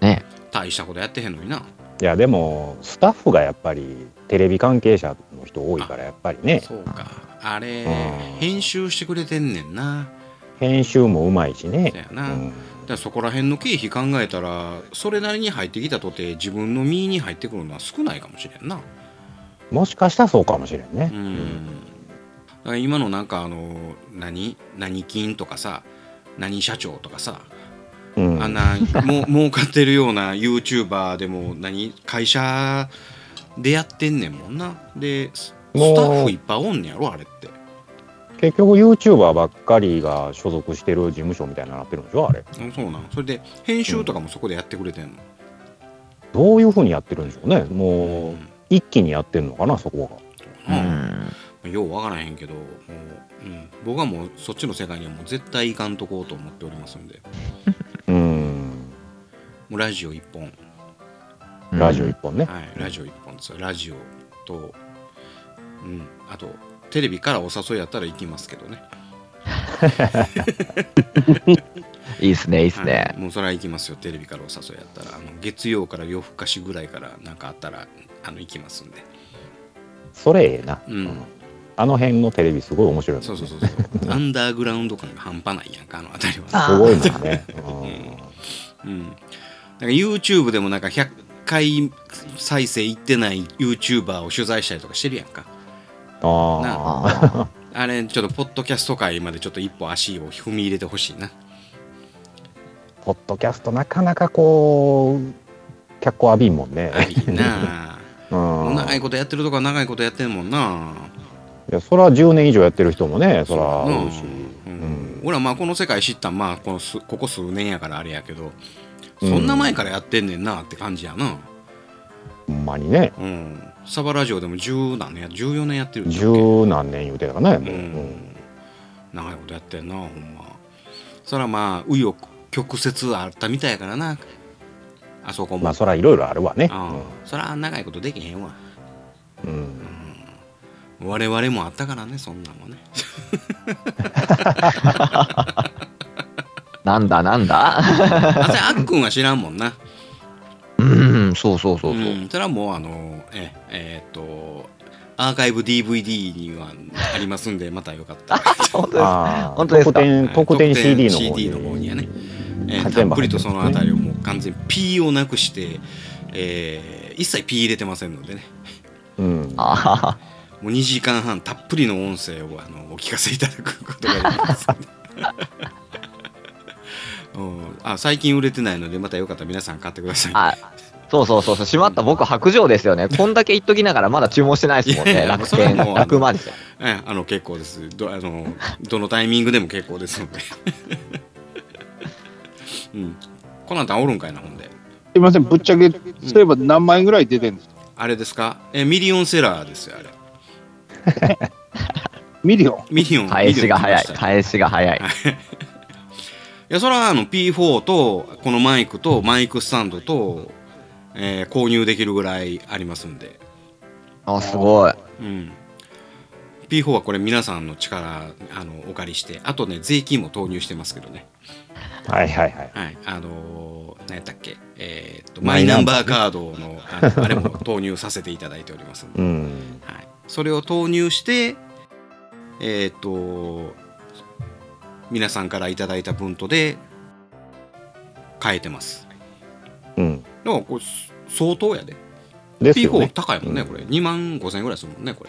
Speaker 4: ね
Speaker 1: 大したことやってへんのにない
Speaker 2: やでもスタッフがやっぱりテレビ関係者の人多いからやっぱりね
Speaker 1: そうかあれ
Speaker 2: うん
Speaker 1: 編集してくれてんねんな
Speaker 2: 編集もうまいしね
Speaker 1: だよ
Speaker 2: う
Speaker 1: な、だか
Speaker 2: ん
Speaker 1: らそこら辺の経費考えたらそれなりに入ってきたとて自分の身に入ってくるのは少ないかもしれんな
Speaker 2: もしかしたらそうかもしれんね
Speaker 1: うん、だから今のなんかあの何何金とかさ何社長とかさ、
Speaker 2: うん
Speaker 1: あんなもう儲かってるような YouTuber でも何会社でやってんねんもんなでス
Speaker 2: も
Speaker 1: ス
Speaker 2: う
Speaker 1: タッフいっぱいおんねやろあれって
Speaker 2: 結局 YouTuber ばっかりが所属してる事務所みたいになってるんでしょあれ
Speaker 1: あそうなんそれで編集とかもそこでやってくれてんの、
Speaker 2: どういうふうにやってるんでしょうねもう一気にやってるのかなそこが
Speaker 1: う
Speaker 4: うんん。
Speaker 1: よう分からへんけどもう、うん、僕はもうそっちの世界にはもう絶対行かんとこうと思っておりますんで
Speaker 2: うん
Speaker 1: もうラジオ一本
Speaker 2: ラジオ一本ね、
Speaker 1: はいラジオ一本ですよラジオと、うん、あとテレビからお誘いやったら行きますけどね。
Speaker 4: いいっすね、いいっす
Speaker 1: は
Speaker 4: ね
Speaker 1: い。もうそれは行きますよテレビからお誘いやったらあの月曜から夜更かしぐらいからなんかあったらあの行きますんで。
Speaker 2: それええな、
Speaker 1: うん
Speaker 2: あの辺のテレビすごい面白いもんね、
Speaker 1: そうそうそうそう。アンダーグラウンド感が半端ないやんかあの辺りは。
Speaker 4: あ
Speaker 2: すごいもん ね、
Speaker 1: うん、なんか YouTube でもなんか100回再生いってない YouTuber を取材したりとかしてるやんか
Speaker 2: うん、ああ
Speaker 4: あ
Speaker 1: あれちょっとポッドキャスト界までちょっと一歩足を踏み入れてほしいな
Speaker 2: ポッドキャストなかなかこう脚光浴びんもんね、
Speaker 1: あいいなあ
Speaker 2: うん、
Speaker 1: 長いことやってるとか長いことやってるもんない
Speaker 2: やそら10年以上やってる人もねそら
Speaker 1: う
Speaker 2: お
Speaker 1: ん
Speaker 2: るし、
Speaker 1: う
Speaker 2: うんん、
Speaker 1: 俺はまあこの世界知ったんまあこのすここ数年やからあれやけどそんな前からやってんねんなって感じやな
Speaker 2: ほんまにね
Speaker 1: うんサバラジオでも10何年や14年やってるんちゃうっけ
Speaker 2: 十何年言うてたからね
Speaker 1: う
Speaker 2: もう、うん
Speaker 1: ん、長いことやってんなほんまそらまあ紆余曲折あったみたいやからなあそこも、
Speaker 2: まあそらいろいろあるわね、
Speaker 1: あそら長いことできへんわ
Speaker 2: うん
Speaker 1: 我々もあったからねそんなんもね
Speaker 4: なんだなんだ
Speaker 1: あそれあっくんは知らんもんな
Speaker 4: うん、そうそうそうそう。
Speaker 1: んそれはもうあのええーっとアーカイブ DVD にはありますんでまたよかったら
Speaker 4: 本当です
Speaker 2: ああ
Speaker 4: 本当ですか
Speaker 2: 特典特典 CD の方に
Speaker 1: CD の方にはねえー
Speaker 2: はい
Speaker 1: たっ
Speaker 2: 全部
Speaker 1: ぷ
Speaker 2: 入
Speaker 1: り
Speaker 2: っ
Speaker 1: と
Speaker 2: てます
Speaker 1: そ
Speaker 2: ね
Speaker 1: の辺りをもう完全に P をなくして、えー一切 P 入れてませんのでね
Speaker 2: うん、
Speaker 4: あはは
Speaker 1: もう2時間半たっぷりの音声をあのお聞かせいただくことができます、うん、あ最近売れてないのでまたよかったら皆さん買ってください
Speaker 4: あそうそうそうそう、しまった僕、白状ですよね。こんだけ言っときながら、まだ注文してないですも
Speaker 1: い
Speaker 4: ん
Speaker 1: や
Speaker 4: ね。
Speaker 1: いや
Speaker 4: 楽
Speaker 1: それは
Speaker 4: 天、
Speaker 1: もう
Speaker 4: 楽マですよ。
Speaker 1: えあの結構ですどあのどのタイミングでも結構ですので、 うん、コナンタンおるんかいなほんです
Speaker 3: いません、ぶっちゃけ、そういえば何枚ぐらい出てるんですか
Speaker 1: あれですかえミリオンセラーですよあれ
Speaker 3: ミリオン。
Speaker 1: ミリオン
Speaker 4: 返しが早い、
Speaker 1: ミリオン来ました
Speaker 4: 返しが早い。
Speaker 1: いやそれはあの P4 とこのマイクとマイクスタンドと、えー購入できるぐらいありますんで、
Speaker 4: あ、すごい。
Speaker 1: うん、P4 はこれ皆さんの力あのお借りしてあとね税金も投入してますけどね、
Speaker 2: はいはいはい
Speaker 1: はい、あのー何やったっけ、えーっとマイナンバーカードのあのあ れも投入させていただいておりますんで
Speaker 2: うん
Speaker 1: はい、それを投入してえーっと皆さんからいただいた分とで変えてます
Speaker 2: うん
Speaker 1: でもこれ相当やで、
Speaker 2: ですよ
Speaker 1: P4
Speaker 2: ね、
Speaker 1: 高いもんねこれ2万5千円ぐらいするもんねこ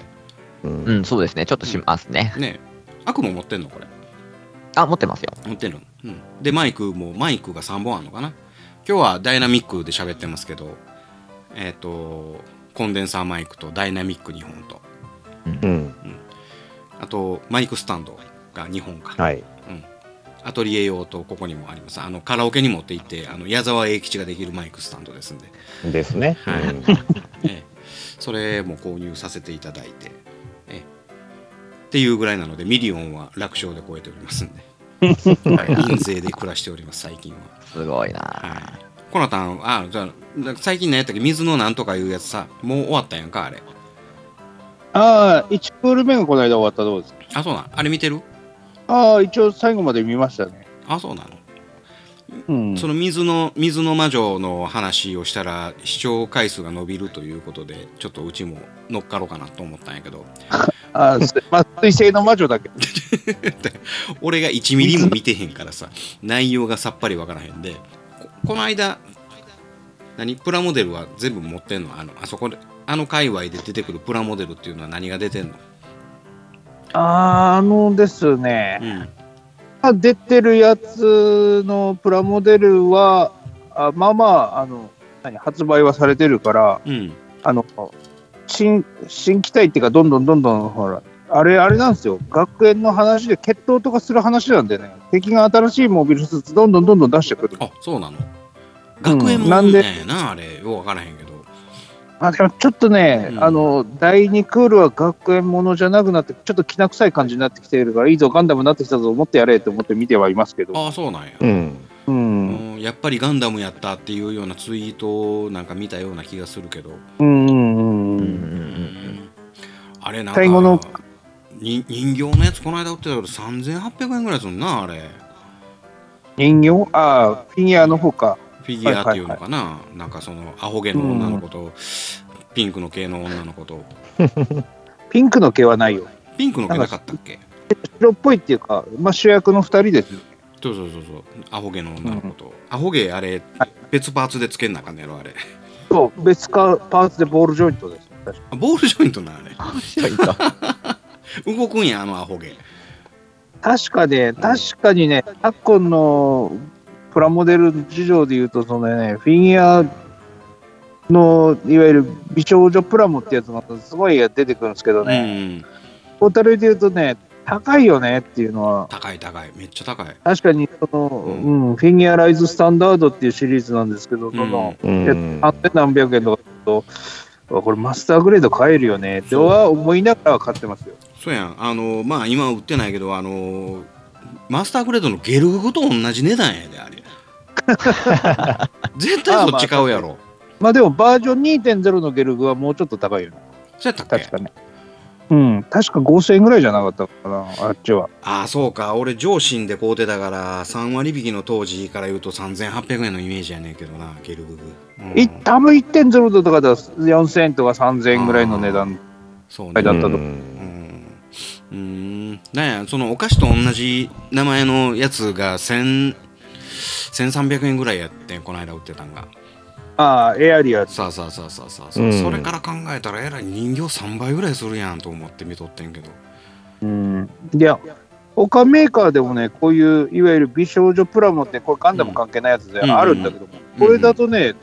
Speaker 2: う、
Speaker 4: うんん、そうですね。ちょっとしますね。
Speaker 1: れね悪も持ってんのこれ
Speaker 4: あ、持ってますよ。
Speaker 1: 持ってるの、うん、でマイクもマイクが3本あるのかな今日はダイナミックで喋ってますけどえっ、とコンデンサーマイクとダイナミック2本と
Speaker 2: うん、
Speaker 1: あとマイクスタンドが2本か、
Speaker 2: はい
Speaker 1: アトリエ用とここにもありますあのカラオケに持って行ってあの矢沢永吉ができるマイクスタンドですんで、
Speaker 2: ですね、
Speaker 1: はい
Speaker 2: うん
Speaker 1: ええそれも購入させていただいて、ええっていうぐらいなのでミリオンは楽勝で超えておりますんで はい印税で暮らしております最近は。
Speaker 4: すごい
Speaker 1: は
Speaker 4: な。
Speaker 1: い。コナタン、あ、じゃあな最近のやったっけ、水のなんとかいうやつさ、もう終わったやんか、あれ。
Speaker 3: ああ、1クール目がこの間終わったとこです。
Speaker 1: あ、そうなん、あれ見てる
Speaker 3: ああ、一応最後まで見ましたね。
Speaker 1: あ、そうなの。
Speaker 3: うん。
Speaker 1: その水の、水の魔女の話をしたら、視聴回数が伸びるということで、ちょっとうちも乗っかろうかなと思ったんやけど、
Speaker 3: ああ、すまあ、水星の魔女だけど。
Speaker 1: 俺が1ミリも見てへんからさ、内容がさっぱりわからへんで、ここの間、何プラモデルは全部持ってんのあのあそこであの界隈で出てくるプラモデルっていうのは何が出てんの、
Speaker 3: あーあのです
Speaker 1: う
Speaker 3: ね、
Speaker 1: ん、
Speaker 3: あ出てるやつのプラモデルは、あまあまあ、あの、何発売はされてるから、
Speaker 1: うん
Speaker 3: あの、新、新機体っていうか、どんどんどんどん、ほら、あれ、あれなんですよ。学園の話で決闘とかする話なんでね、敵が新しいモビルスーツどんどんどんどん出してくる。
Speaker 1: あそうなの
Speaker 3: うん
Speaker 1: 学園も
Speaker 3: なん
Speaker 1: ん
Speaker 3: で
Speaker 1: なんやなあれよう分からへんけど
Speaker 3: あでもちょっとね、
Speaker 1: うん
Speaker 3: あの、第2クールは学園ものじゃなくなって、ちょっときな臭い感じになってきてるから、いいぞ、ガンダムになってきたぞ、思ってやれと思って見てはいますけど。
Speaker 1: ああそうなんや、
Speaker 2: うん、
Speaker 1: う
Speaker 3: う。
Speaker 1: んん、やっぱりガンダムやったっていうようなツイートをなんか見たような気がするけど
Speaker 3: うんうん
Speaker 4: うんう
Speaker 3: う
Speaker 4: ん
Speaker 3: ん
Speaker 4: うんうん
Speaker 1: あれなんか
Speaker 3: 最後の
Speaker 1: に人形のやつこの間売ってたけど3800円ぐらいすんなあれ
Speaker 3: 人形ああ、フィギュアの方か。
Speaker 1: フィギュアっていうのかな、なんかそのアホ毛の女の子と、ピンクの系の女の子と
Speaker 3: ピンクの毛はないよ。
Speaker 1: ピンクの毛なかったっけ
Speaker 3: 白っぽいっていうか、まあ、主役の二人ですよ。
Speaker 1: そうそうそうそうアホ毛の女の子と、アホ毛あれ別パーツでつけんなあかんねやろあれ
Speaker 3: そう、別かパーツでボールジョイントです。確か
Speaker 1: あボールジョイントなあれ
Speaker 2: いやいた
Speaker 1: 動くんやあのアホ毛
Speaker 3: 確かね、確かにね、昨今のプラモデル事情で言うと、そのね、フィギュアの、いわゆる美少女プラモってやつがすごい出てくるんですけど
Speaker 1: う
Speaker 3: ね、
Speaker 1: ん
Speaker 3: トータルで言うとね、高いよねっていうのは、
Speaker 1: 高い高いめっちゃ高い
Speaker 3: 確かにその、うんフィギュアライズスタンダードっていうシリーズなんですけど、その、
Speaker 2: う
Speaker 3: で
Speaker 2: ん
Speaker 3: 3千何百円とかだと、あこれマスターグレード買えるよねっては思いながら買ってますよ。
Speaker 1: そうやんあのまあ今は売ってないけどあのマスターグレードのゲルグと同じ値段やであ れ絶対そっち買うやろ
Speaker 3: まあでもバージョン2.0のゲルグはもうちょっと高いよね。
Speaker 1: そうやったっけ
Speaker 3: 確かね。うん、確か5000円ぐらいじゃなかったかな、あっちは。
Speaker 1: ああそうか俺上心で買うてたから3割引きの当時から言うと3800円のイメージやねんけどなゲルググ、うん
Speaker 3: い多分1.0だとかだと4000円とか3000円ぐらいの値段。
Speaker 1: そう
Speaker 3: は
Speaker 1: ね
Speaker 3: いだったと
Speaker 2: うん
Speaker 1: うんうーんなんやそのお菓子と同じ名前のやつが1000 1300円ぐらいやってんこの間売ってたんが
Speaker 3: ああ、エアリア。
Speaker 1: さあさあさあさあさあさあ、
Speaker 2: うん
Speaker 1: それから考えたらえらい人形3倍ぐらいするやんと思って見とってんけど
Speaker 3: うん。いや、他メーカーでもね、こういういわゆる美少女プラモって、これガンダム関係ないやつで
Speaker 1: うん
Speaker 3: あるんだけども、
Speaker 1: うん
Speaker 3: これだとね、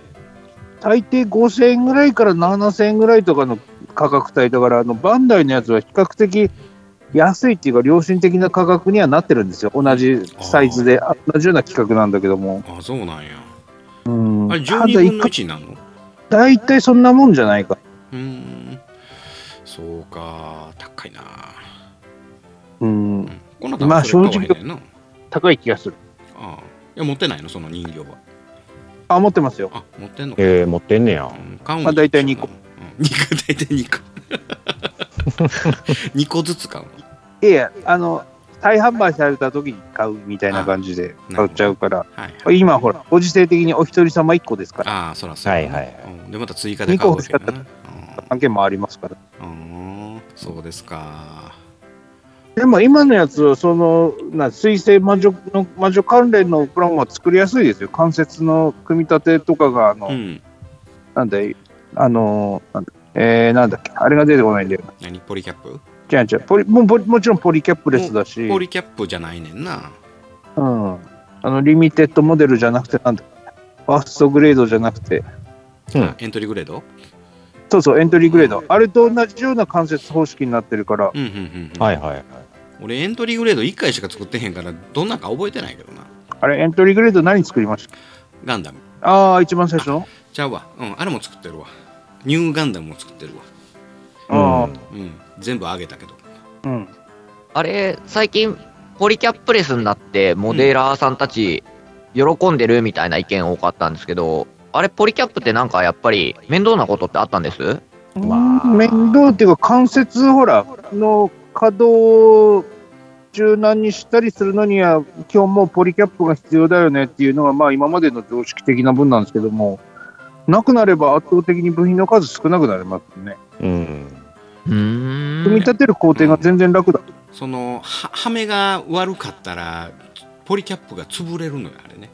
Speaker 3: 大抵5000円ぐらいから7000円ぐらいとかの価格帯だから、あのバンダイのやつは比較的安いっていうか、良心的な価格にはなってるんですよ、同じサイズで、あ同じような企画なんだけども。
Speaker 1: ああそうなんや
Speaker 3: うん
Speaker 1: あれ
Speaker 3: ただ
Speaker 1: 12分
Speaker 3: 一
Speaker 1: の1な
Speaker 3: 回、
Speaker 1: の
Speaker 3: 大体そんなもんじゃないか。
Speaker 1: うーんそうか高いな
Speaker 3: うん
Speaker 1: う、んこんなたそれ買わへんねんな
Speaker 3: 高い気がする。
Speaker 1: ああいや持ってないのその人形は
Speaker 3: あ、持ってますよ。
Speaker 1: あ持ってんのか、
Speaker 2: えー、持ってんねや
Speaker 1: う。ん買うん
Speaker 3: まあ大体二個
Speaker 1: うん2個大体2個 2個ずつ買うの
Speaker 3: いやいや、あの、再販売された時に買うみたいな感じで
Speaker 1: あ
Speaker 3: 買っちゃうから、
Speaker 1: はい
Speaker 3: 今ほら、ご時世的にお一人様1個ですから、
Speaker 1: ああそらそうやな
Speaker 2: はいはいは
Speaker 1: うんでまた追加で買うわけやな
Speaker 3: 二関係もありますから。
Speaker 1: うんうんそうですか
Speaker 3: でも今のやつは、その、な、水星魔女の、魔女関連のプランは作りやすいですよ。関節の組み立てとかが、あの、
Speaker 1: うん
Speaker 3: なんだい、あの、なんだえー、なんだっけ、あれが出てこないんだよ。
Speaker 1: 何ポリキャップ
Speaker 3: じゃあじゃあポリもうポリもちろんポリキャップレスだし、
Speaker 1: ポリキャップじゃないねんな
Speaker 3: うん、あのリミテッドモデルじゃなくてなんだファーストグレードじゃなくて
Speaker 1: エントリーグレード
Speaker 3: そうそうエントリーグレードあれと同じような関節方式になってるから
Speaker 1: うんうんうんうん
Speaker 2: はいはいはい。
Speaker 1: 俺エントリーグレード1回しか作ってへんからどんなんか覚えてないけどな
Speaker 3: あれエントリーグレード何作りました
Speaker 1: ガンダム
Speaker 3: ああ一番最初の
Speaker 1: ちゃうわうんあれも作ってるわニューガンダムも作ってるわ
Speaker 3: あ
Speaker 1: うん全部あげたけど
Speaker 3: あうん
Speaker 8: あれ、最近、ポリキャップレスになって、モデラーさんたち、喜んでるみたいな意見多かったんですけど、あれ、ポリキャップってなんかやっぱり、面倒なことってあったんです
Speaker 2: わー
Speaker 3: 面倒っていうか関節ほらの可動を柔軟にしたりするのには今日もポリキャップが必要だよねっていうのがまあ今までの常識的な分なんですけどもなくなれば圧倒的に部品の数少なくなりますよね
Speaker 2: うん。
Speaker 8: うーん。
Speaker 3: 組み立てる工程が全然楽だ、
Speaker 1: そのははめが悪かったらポリキャップが潰れるのよあれね、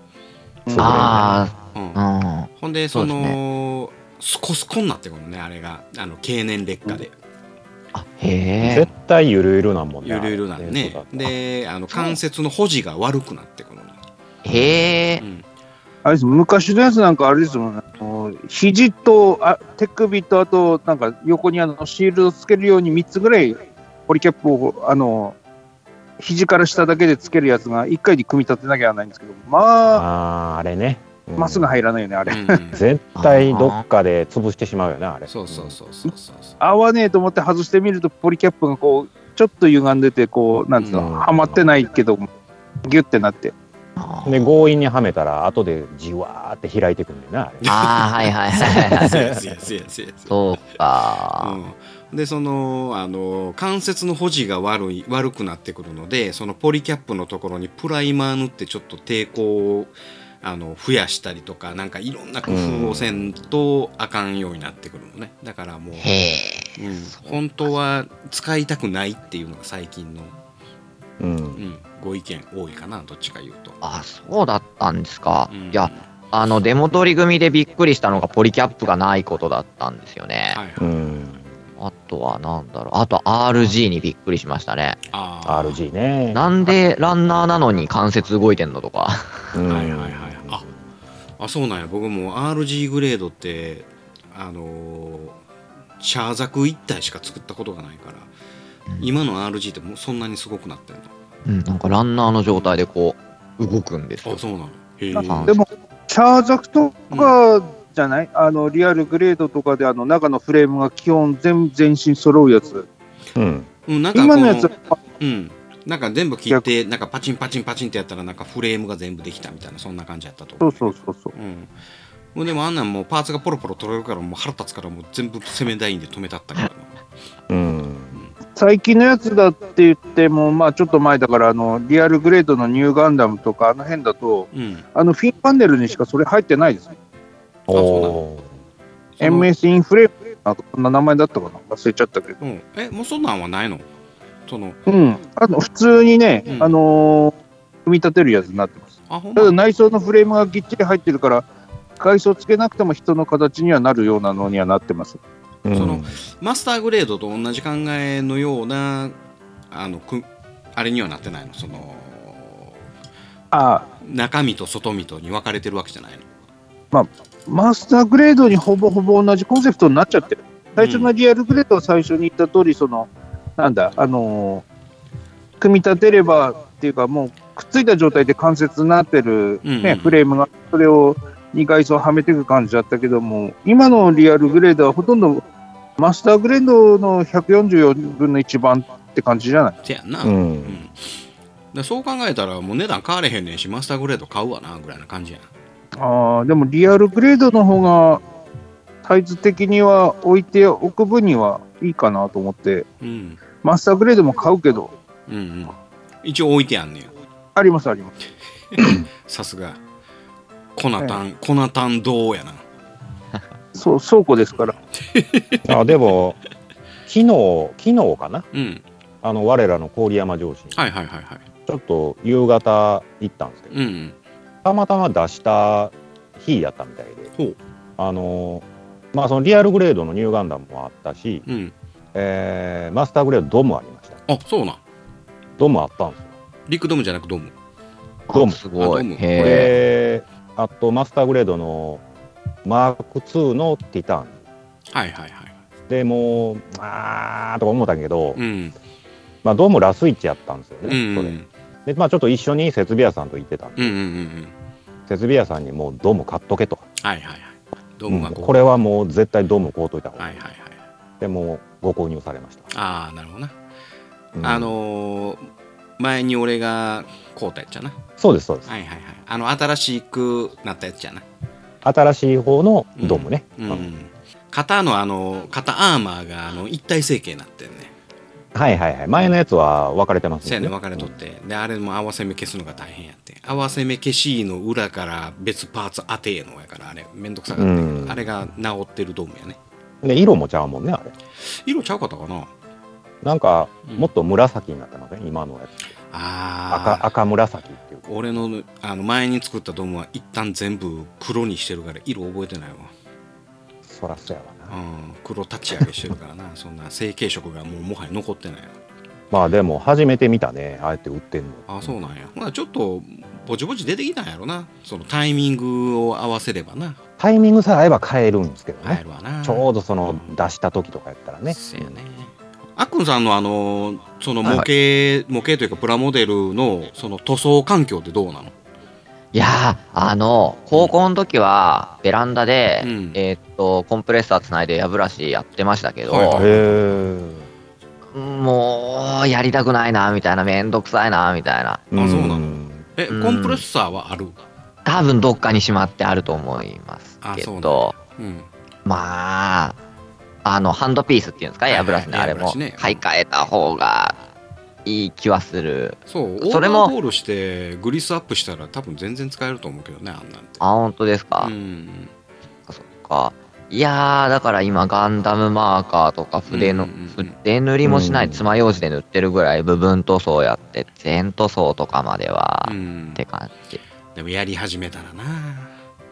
Speaker 3: うん
Speaker 8: あ
Speaker 1: うん
Speaker 8: あ、
Speaker 1: ほんでそ
Speaker 8: そうです
Speaker 1: のスコスコになってくるねあれがあの経年劣化で、
Speaker 8: うん。へえ
Speaker 2: 絶。対ゆるゆるなんもんね。
Speaker 1: ゆるゆるなんで
Speaker 2: そうだ
Speaker 1: ね
Speaker 2: った
Speaker 1: であの関節の保持が悪くなってくるの、
Speaker 8: へえ
Speaker 1: う。ん、
Speaker 3: あれです昔のやつなんかあれですもんねあの肘とあ手首とあとなんか横にあのシールドつけるように3つぐらいポリキャップをあの肘から下だけでつけるやつが1回に組み立てなきゃならないんですけどまあ
Speaker 2: ああ、あれね。うん
Speaker 3: まっすぐ入らないよねあれ、
Speaker 1: うんうん
Speaker 2: 絶対どっかで潰してしまうよね、あれ。
Speaker 1: そうそうそうそうそうそう
Speaker 3: 合わねえと思って外してみるとポリキャップがこうちょっと歪んでてこうなんつうの、
Speaker 2: うん
Speaker 3: はまってないけどギュッてなって
Speaker 8: あ
Speaker 2: で、強引にはめたら、後でじわーって開いてくんだよな、あれ。
Speaker 8: あ、はいはいはいはい。
Speaker 1: そうやそうやそうやそうやそうや
Speaker 8: そうか。
Speaker 1: うんでそのあの関節の保持が悪い悪くなってくるのでそのポリキャップのところにプライマー塗ってちょっと抵抗をあの増やしたりとかなんかいろんな工夫をせんとあかんようになってくるのねだからもう、
Speaker 8: へえ。
Speaker 1: うん本当は使いたくないっていうのが最近の、
Speaker 2: うん
Speaker 1: うん、ご意見多いかなどっちか言うと。
Speaker 8: あ、そうだったんですか。
Speaker 1: う
Speaker 8: い
Speaker 1: ん
Speaker 8: や、あの、出戻り組でびっくりしたのがポリキャップがないことだったんですよね。
Speaker 1: はいはい
Speaker 2: うん
Speaker 8: あとはなんだろう。あと RG にびっくりしましたね。
Speaker 1: あー
Speaker 2: RG ね
Speaker 8: なんでランナーなのに関節動いてんのとか。
Speaker 2: うん
Speaker 1: はいはいはいああそうなんや僕も RG グレードってあのーシャーザク一体しか作ったことがないから今の RG ってもうそんなにすごくなってんの
Speaker 8: うん、なんかランナーの状態でこう、動くんですよ
Speaker 1: あ。そうなのへえ
Speaker 8: あ
Speaker 1: は
Speaker 3: でも、チャーザクとかじゃない、あのリアルグレードとかであの中のフレームが基本全全身揃うやつ。
Speaker 2: うん
Speaker 1: うんなんかこ
Speaker 3: 今のやつ、
Speaker 1: うんなんか全部切ってなんかパチンパチンパチンってやったらなんかフレームが全部できたみたいなそんな感じやったと
Speaker 3: そ
Speaker 1: 思
Speaker 3: うそうそうそう。
Speaker 1: うんもうでもあんなんもうパーツがポロポロ取れるからもう腹立つからもう全部セメダインで止めたったからな
Speaker 2: うん
Speaker 3: 最近のやつだって言っても、まあちょっと前だから、あのリアルグレードのニューガンダムとか、あの辺だと、
Speaker 1: うん
Speaker 3: あのフィンパネルにしかそれ入ってないですね。
Speaker 2: おー
Speaker 1: その
Speaker 3: MS インフレームなんかこんな名前だったかな忘れちゃったけど。
Speaker 1: うんえもうそんなんはないのその
Speaker 3: うん。あの普通にね、
Speaker 1: うん
Speaker 3: あのー組み立てるやつになってます。
Speaker 1: あほん
Speaker 3: た
Speaker 1: ま
Speaker 3: だ内装のフレームがぎっちり入ってるから、外装つけなくても人の形にはなるようなのにはなってます。
Speaker 2: うん
Speaker 1: そのマスターグレードと同じ考えのようなあのくあれにはなってないのその
Speaker 3: ああ、
Speaker 1: 中身と外身とに分かれてるわけじゃないの
Speaker 3: マスターグレードにほぼほぼ同じコンセプトになっちゃってる。最初のリアルグレードは最初に言った通り、その、なんだ、あのー組み立てればっていうか、もうくっついた状態で関節になってる、ね
Speaker 1: うんうん
Speaker 3: フレームが、それを2階層はめていく感じだったけども、今のリアルグレードはほとんどマスターグレードの144分の1番って感じじゃない
Speaker 1: せやんな、
Speaker 2: う
Speaker 1: うんんでそう考えたらもう値段変われへんねんしマスターグレード買うわなぐらいな感じやん
Speaker 3: ああ、でもリアルグレードの方が、サイズ的には置いておく分にはいいかなと思って、
Speaker 1: うん
Speaker 3: マスターグレードも買うけど、
Speaker 1: うんうん一応置いてあんねん
Speaker 3: ありますあります。
Speaker 1: さすがコナタン、コナタン堂やな
Speaker 3: そう、倉庫ですから。
Speaker 2: あでも昨日昨日かな
Speaker 1: うん
Speaker 2: あの我らの郡山上司に
Speaker 1: はいはいはいはい
Speaker 2: ちょっと夕方行ったんですけど
Speaker 1: うんうん
Speaker 2: たまたま出した日やったみたいで
Speaker 1: ほう
Speaker 2: あのまあそのリアルグレードのニューガンダムもあったし、
Speaker 1: うん
Speaker 2: えーマスターグレードドムありました
Speaker 1: あそうなん
Speaker 2: ドムあったんですよ
Speaker 1: リクドムじゃなくドム
Speaker 2: ドム
Speaker 8: すご
Speaker 1: あどう
Speaker 8: い。
Speaker 1: も
Speaker 8: へえ。
Speaker 2: であとマスターグレードのマーク2のティターン
Speaker 1: はいはいはい
Speaker 2: でもうあーとか思ったけど、
Speaker 1: うん
Speaker 2: まあ、ドームラスイッチやったんですよ
Speaker 1: うん
Speaker 2: ね、
Speaker 1: うんう
Speaker 2: そ
Speaker 1: ん
Speaker 2: れで、まあ、ちょっと一緒に設備屋さんと行ってたんで、
Speaker 1: うんうんうん
Speaker 2: 設備屋さんにもうドーム買っとけと、
Speaker 1: はいはいはい。ドームが
Speaker 2: うん
Speaker 1: こ
Speaker 2: これはもう絶対ドーム買うといた方
Speaker 1: う。
Speaker 2: が
Speaker 1: はい
Speaker 2: い
Speaker 1: はいいはい。
Speaker 2: でもうご購入されました、
Speaker 1: ああ、なるほどな。
Speaker 2: うん
Speaker 1: あのー前に俺が買うたやつやな。
Speaker 2: そうですそうです
Speaker 1: はいはいはい。あの、新しくなったやつやな。
Speaker 2: 新しい方のドームね、
Speaker 1: うん。
Speaker 2: うん
Speaker 1: 肩のあの、肩アーマーがあの一体成形になってんね。
Speaker 2: はいはいはい前のやつは分かれてます
Speaker 1: せやね、分かれとって。で、あれも合わせ目消すのが大変やって。合わせ目消しの裏から別パーツ当てえのやから、あれ、めんどくさかったけど、
Speaker 2: うん
Speaker 1: あれが治ってるドームやね。
Speaker 2: うんで色もちゃうもんねあれ
Speaker 1: 色ちゃうかったかな
Speaker 2: なんか
Speaker 1: うん
Speaker 2: もっと紫になってません、今のやつ
Speaker 1: ああ。
Speaker 2: 赤赤紫っていうか
Speaker 1: 俺のあの前に作ったドームは一旦全部黒にしてるから色覚えてないわ、
Speaker 2: そらそやわな、
Speaker 1: うん、黒立ち上げしてるからな そんな成形色がもうもはや残ってないわ
Speaker 2: まあでも初めて見たねああやって売ってんの
Speaker 1: あそうなんやほなちょっとぼちぼち出てきたんやろなそのタイミングを合わせればな
Speaker 2: タイミングさえ合えば買えるんですけど
Speaker 1: 入
Speaker 2: ね
Speaker 1: るわな
Speaker 2: ちょうどそうの
Speaker 1: ん
Speaker 2: 出した時とかやったらね
Speaker 1: せやねあっくんさんのあのその模型、模型というかプラモデルのその塗装環境ってどうなの
Speaker 8: いやー、あの、高校の時は、ベランダで、
Speaker 1: うん
Speaker 8: えーっと、コンプレッサーつないで歯ブラシやってましたけど、
Speaker 1: はいは
Speaker 2: へえ
Speaker 8: もう、やりたくないな、みたいな、めんどくさいな、みたいな。
Speaker 1: あそうなの
Speaker 2: ん
Speaker 1: え
Speaker 8: うん
Speaker 1: コンプレッサーはある
Speaker 8: 多分どっかにしまってあると思います
Speaker 1: あ
Speaker 8: け
Speaker 1: そうなん
Speaker 8: ど、
Speaker 1: うん
Speaker 8: まあ、
Speaker 4: あの、ハンドピースっていうんですか、
Speaker 1: はい
Speaker 4: エ
Speaker 1: はい
Speaker 4: アブラシね、あ
Speaker 1: エ
Speaker 4: れ
Speaker 1: アブラ
Speaker 4: も、
Speaker 1: シね
Speaker 4: 買い替えた方がいい気はする。
Speaker 1: そうオ
Speaker 4: そ
Speaker 1: ーバ
Speaker 4: れ
Speaker 1: ー
Speaker 4: も
Speaker 1: ホールしてグリスアップしたら多分全然使えると思うけどねあんなんて
Speaker 4: あ、本当ですか
Speaker 1: う。ん
Speaker 4: そっか。いやー、だから今、ガンダムマーカーとか筆の、
Speaker 1: うんうんうん
Speaker 4: 筆塗りもしな
Speaker 2: う
Speaker 4: い、
Speaker 2: ん
Speaker 4: 爪楊枝で塗ってるぐらい部分塗装やって、全塗装とかまでは、
Speaker 1: う
Speaker 4: っ
Speaker 1: ん
Speaker 4: て感じ。
Speaker 1: でもやり始めたらな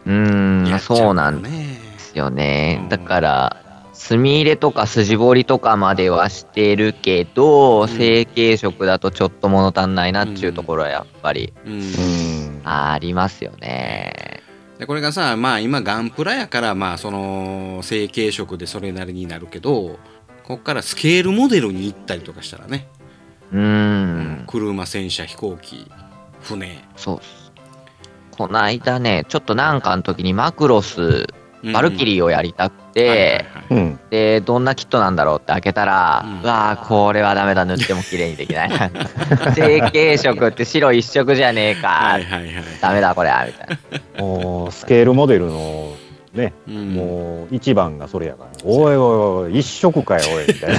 Speaker 4: うー
Speaker 1: や
Speaker 4: ん、
Speaker 1: っちゃから
Speaker 4: そうなんで
Speaker 1: ね
Speaker 4: すよね
Speaker 1: うん。
Speaker 4: だから、墨入れとか筋彫りとかまではしてるけど、
Speaker 1: ん
Speaker 4: 成形色だとちょっと物足んないなっていうところはやっぱり
Speaker 1: うん
Speaker 2: うん
Speaker 4: ありますよね。
Speaker 1: でこれがさまあ今ガンプラやからまあその成形色でそれなりになるけどこっからスケールモデルに行ったりとかしたらね、
Speaker 4: うーん、
Speaker 1: 車戦車飛行機船
Speaker 4: そうっす。こないだね、ちょっとなんかの時にマクロス、バルキ
Speaker 1: ー
Speaker 4: リーをやりたく
Speaker 1: で、はいは
Speaker 4: て、
Speaker 1: いはい
Speaker 2: うん
Speaker 4: で、どんなキットなんだろうって開けたら、
Speaker 1: うん
Speaker 4: うわあ、これはダメだ、塗っても綺麗にで きない。成形色って白一色じゃねえか、
Speaker 1: はいはいはい
Speaker 4: ダメだこれは、みたいな。
Speaker 2: もうスケールモデルのね、
Speaker 1: うん
Speaker 2: もう一番がそれやから、おいおいおい、一色かよ、おい、みたいな。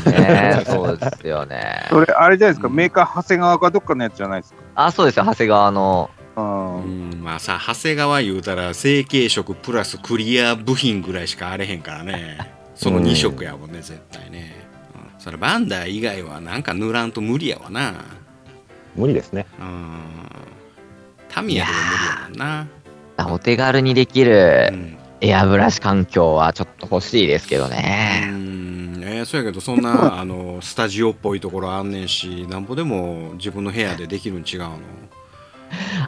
Speaker 4: ねえ、そうですよね。
Speaker 3: それ、あれじゃないですか、
Speaker 1: うん
Speaker 3: メーカー長谷川かどっかのやつじゃないですか。
Speaker 4: あ、そうですよ、長谷川の。
Speaker 3: うん
Speaker 1: うんまあさ長谷川言うたら成形色プラスクリア部品ぐらいしかあれへんから ねその2色やもんね絶対ね、うん、それバンダイ以外はなんか塗らんと無理やわな
Speaker 2: 無理ですね。
Speaker 1: うんタミヤでも無理やもんな
Speaker 4: お手軽にできる
Speaker 1: うん
Speaker 4: エアブラシ環境はちょっと欲しいですけどね。
Speaker 1: うんえー、そうやけどそんなあのスタジオっぽいところあんねんしなんぼでも自分の部屋でできるん違うの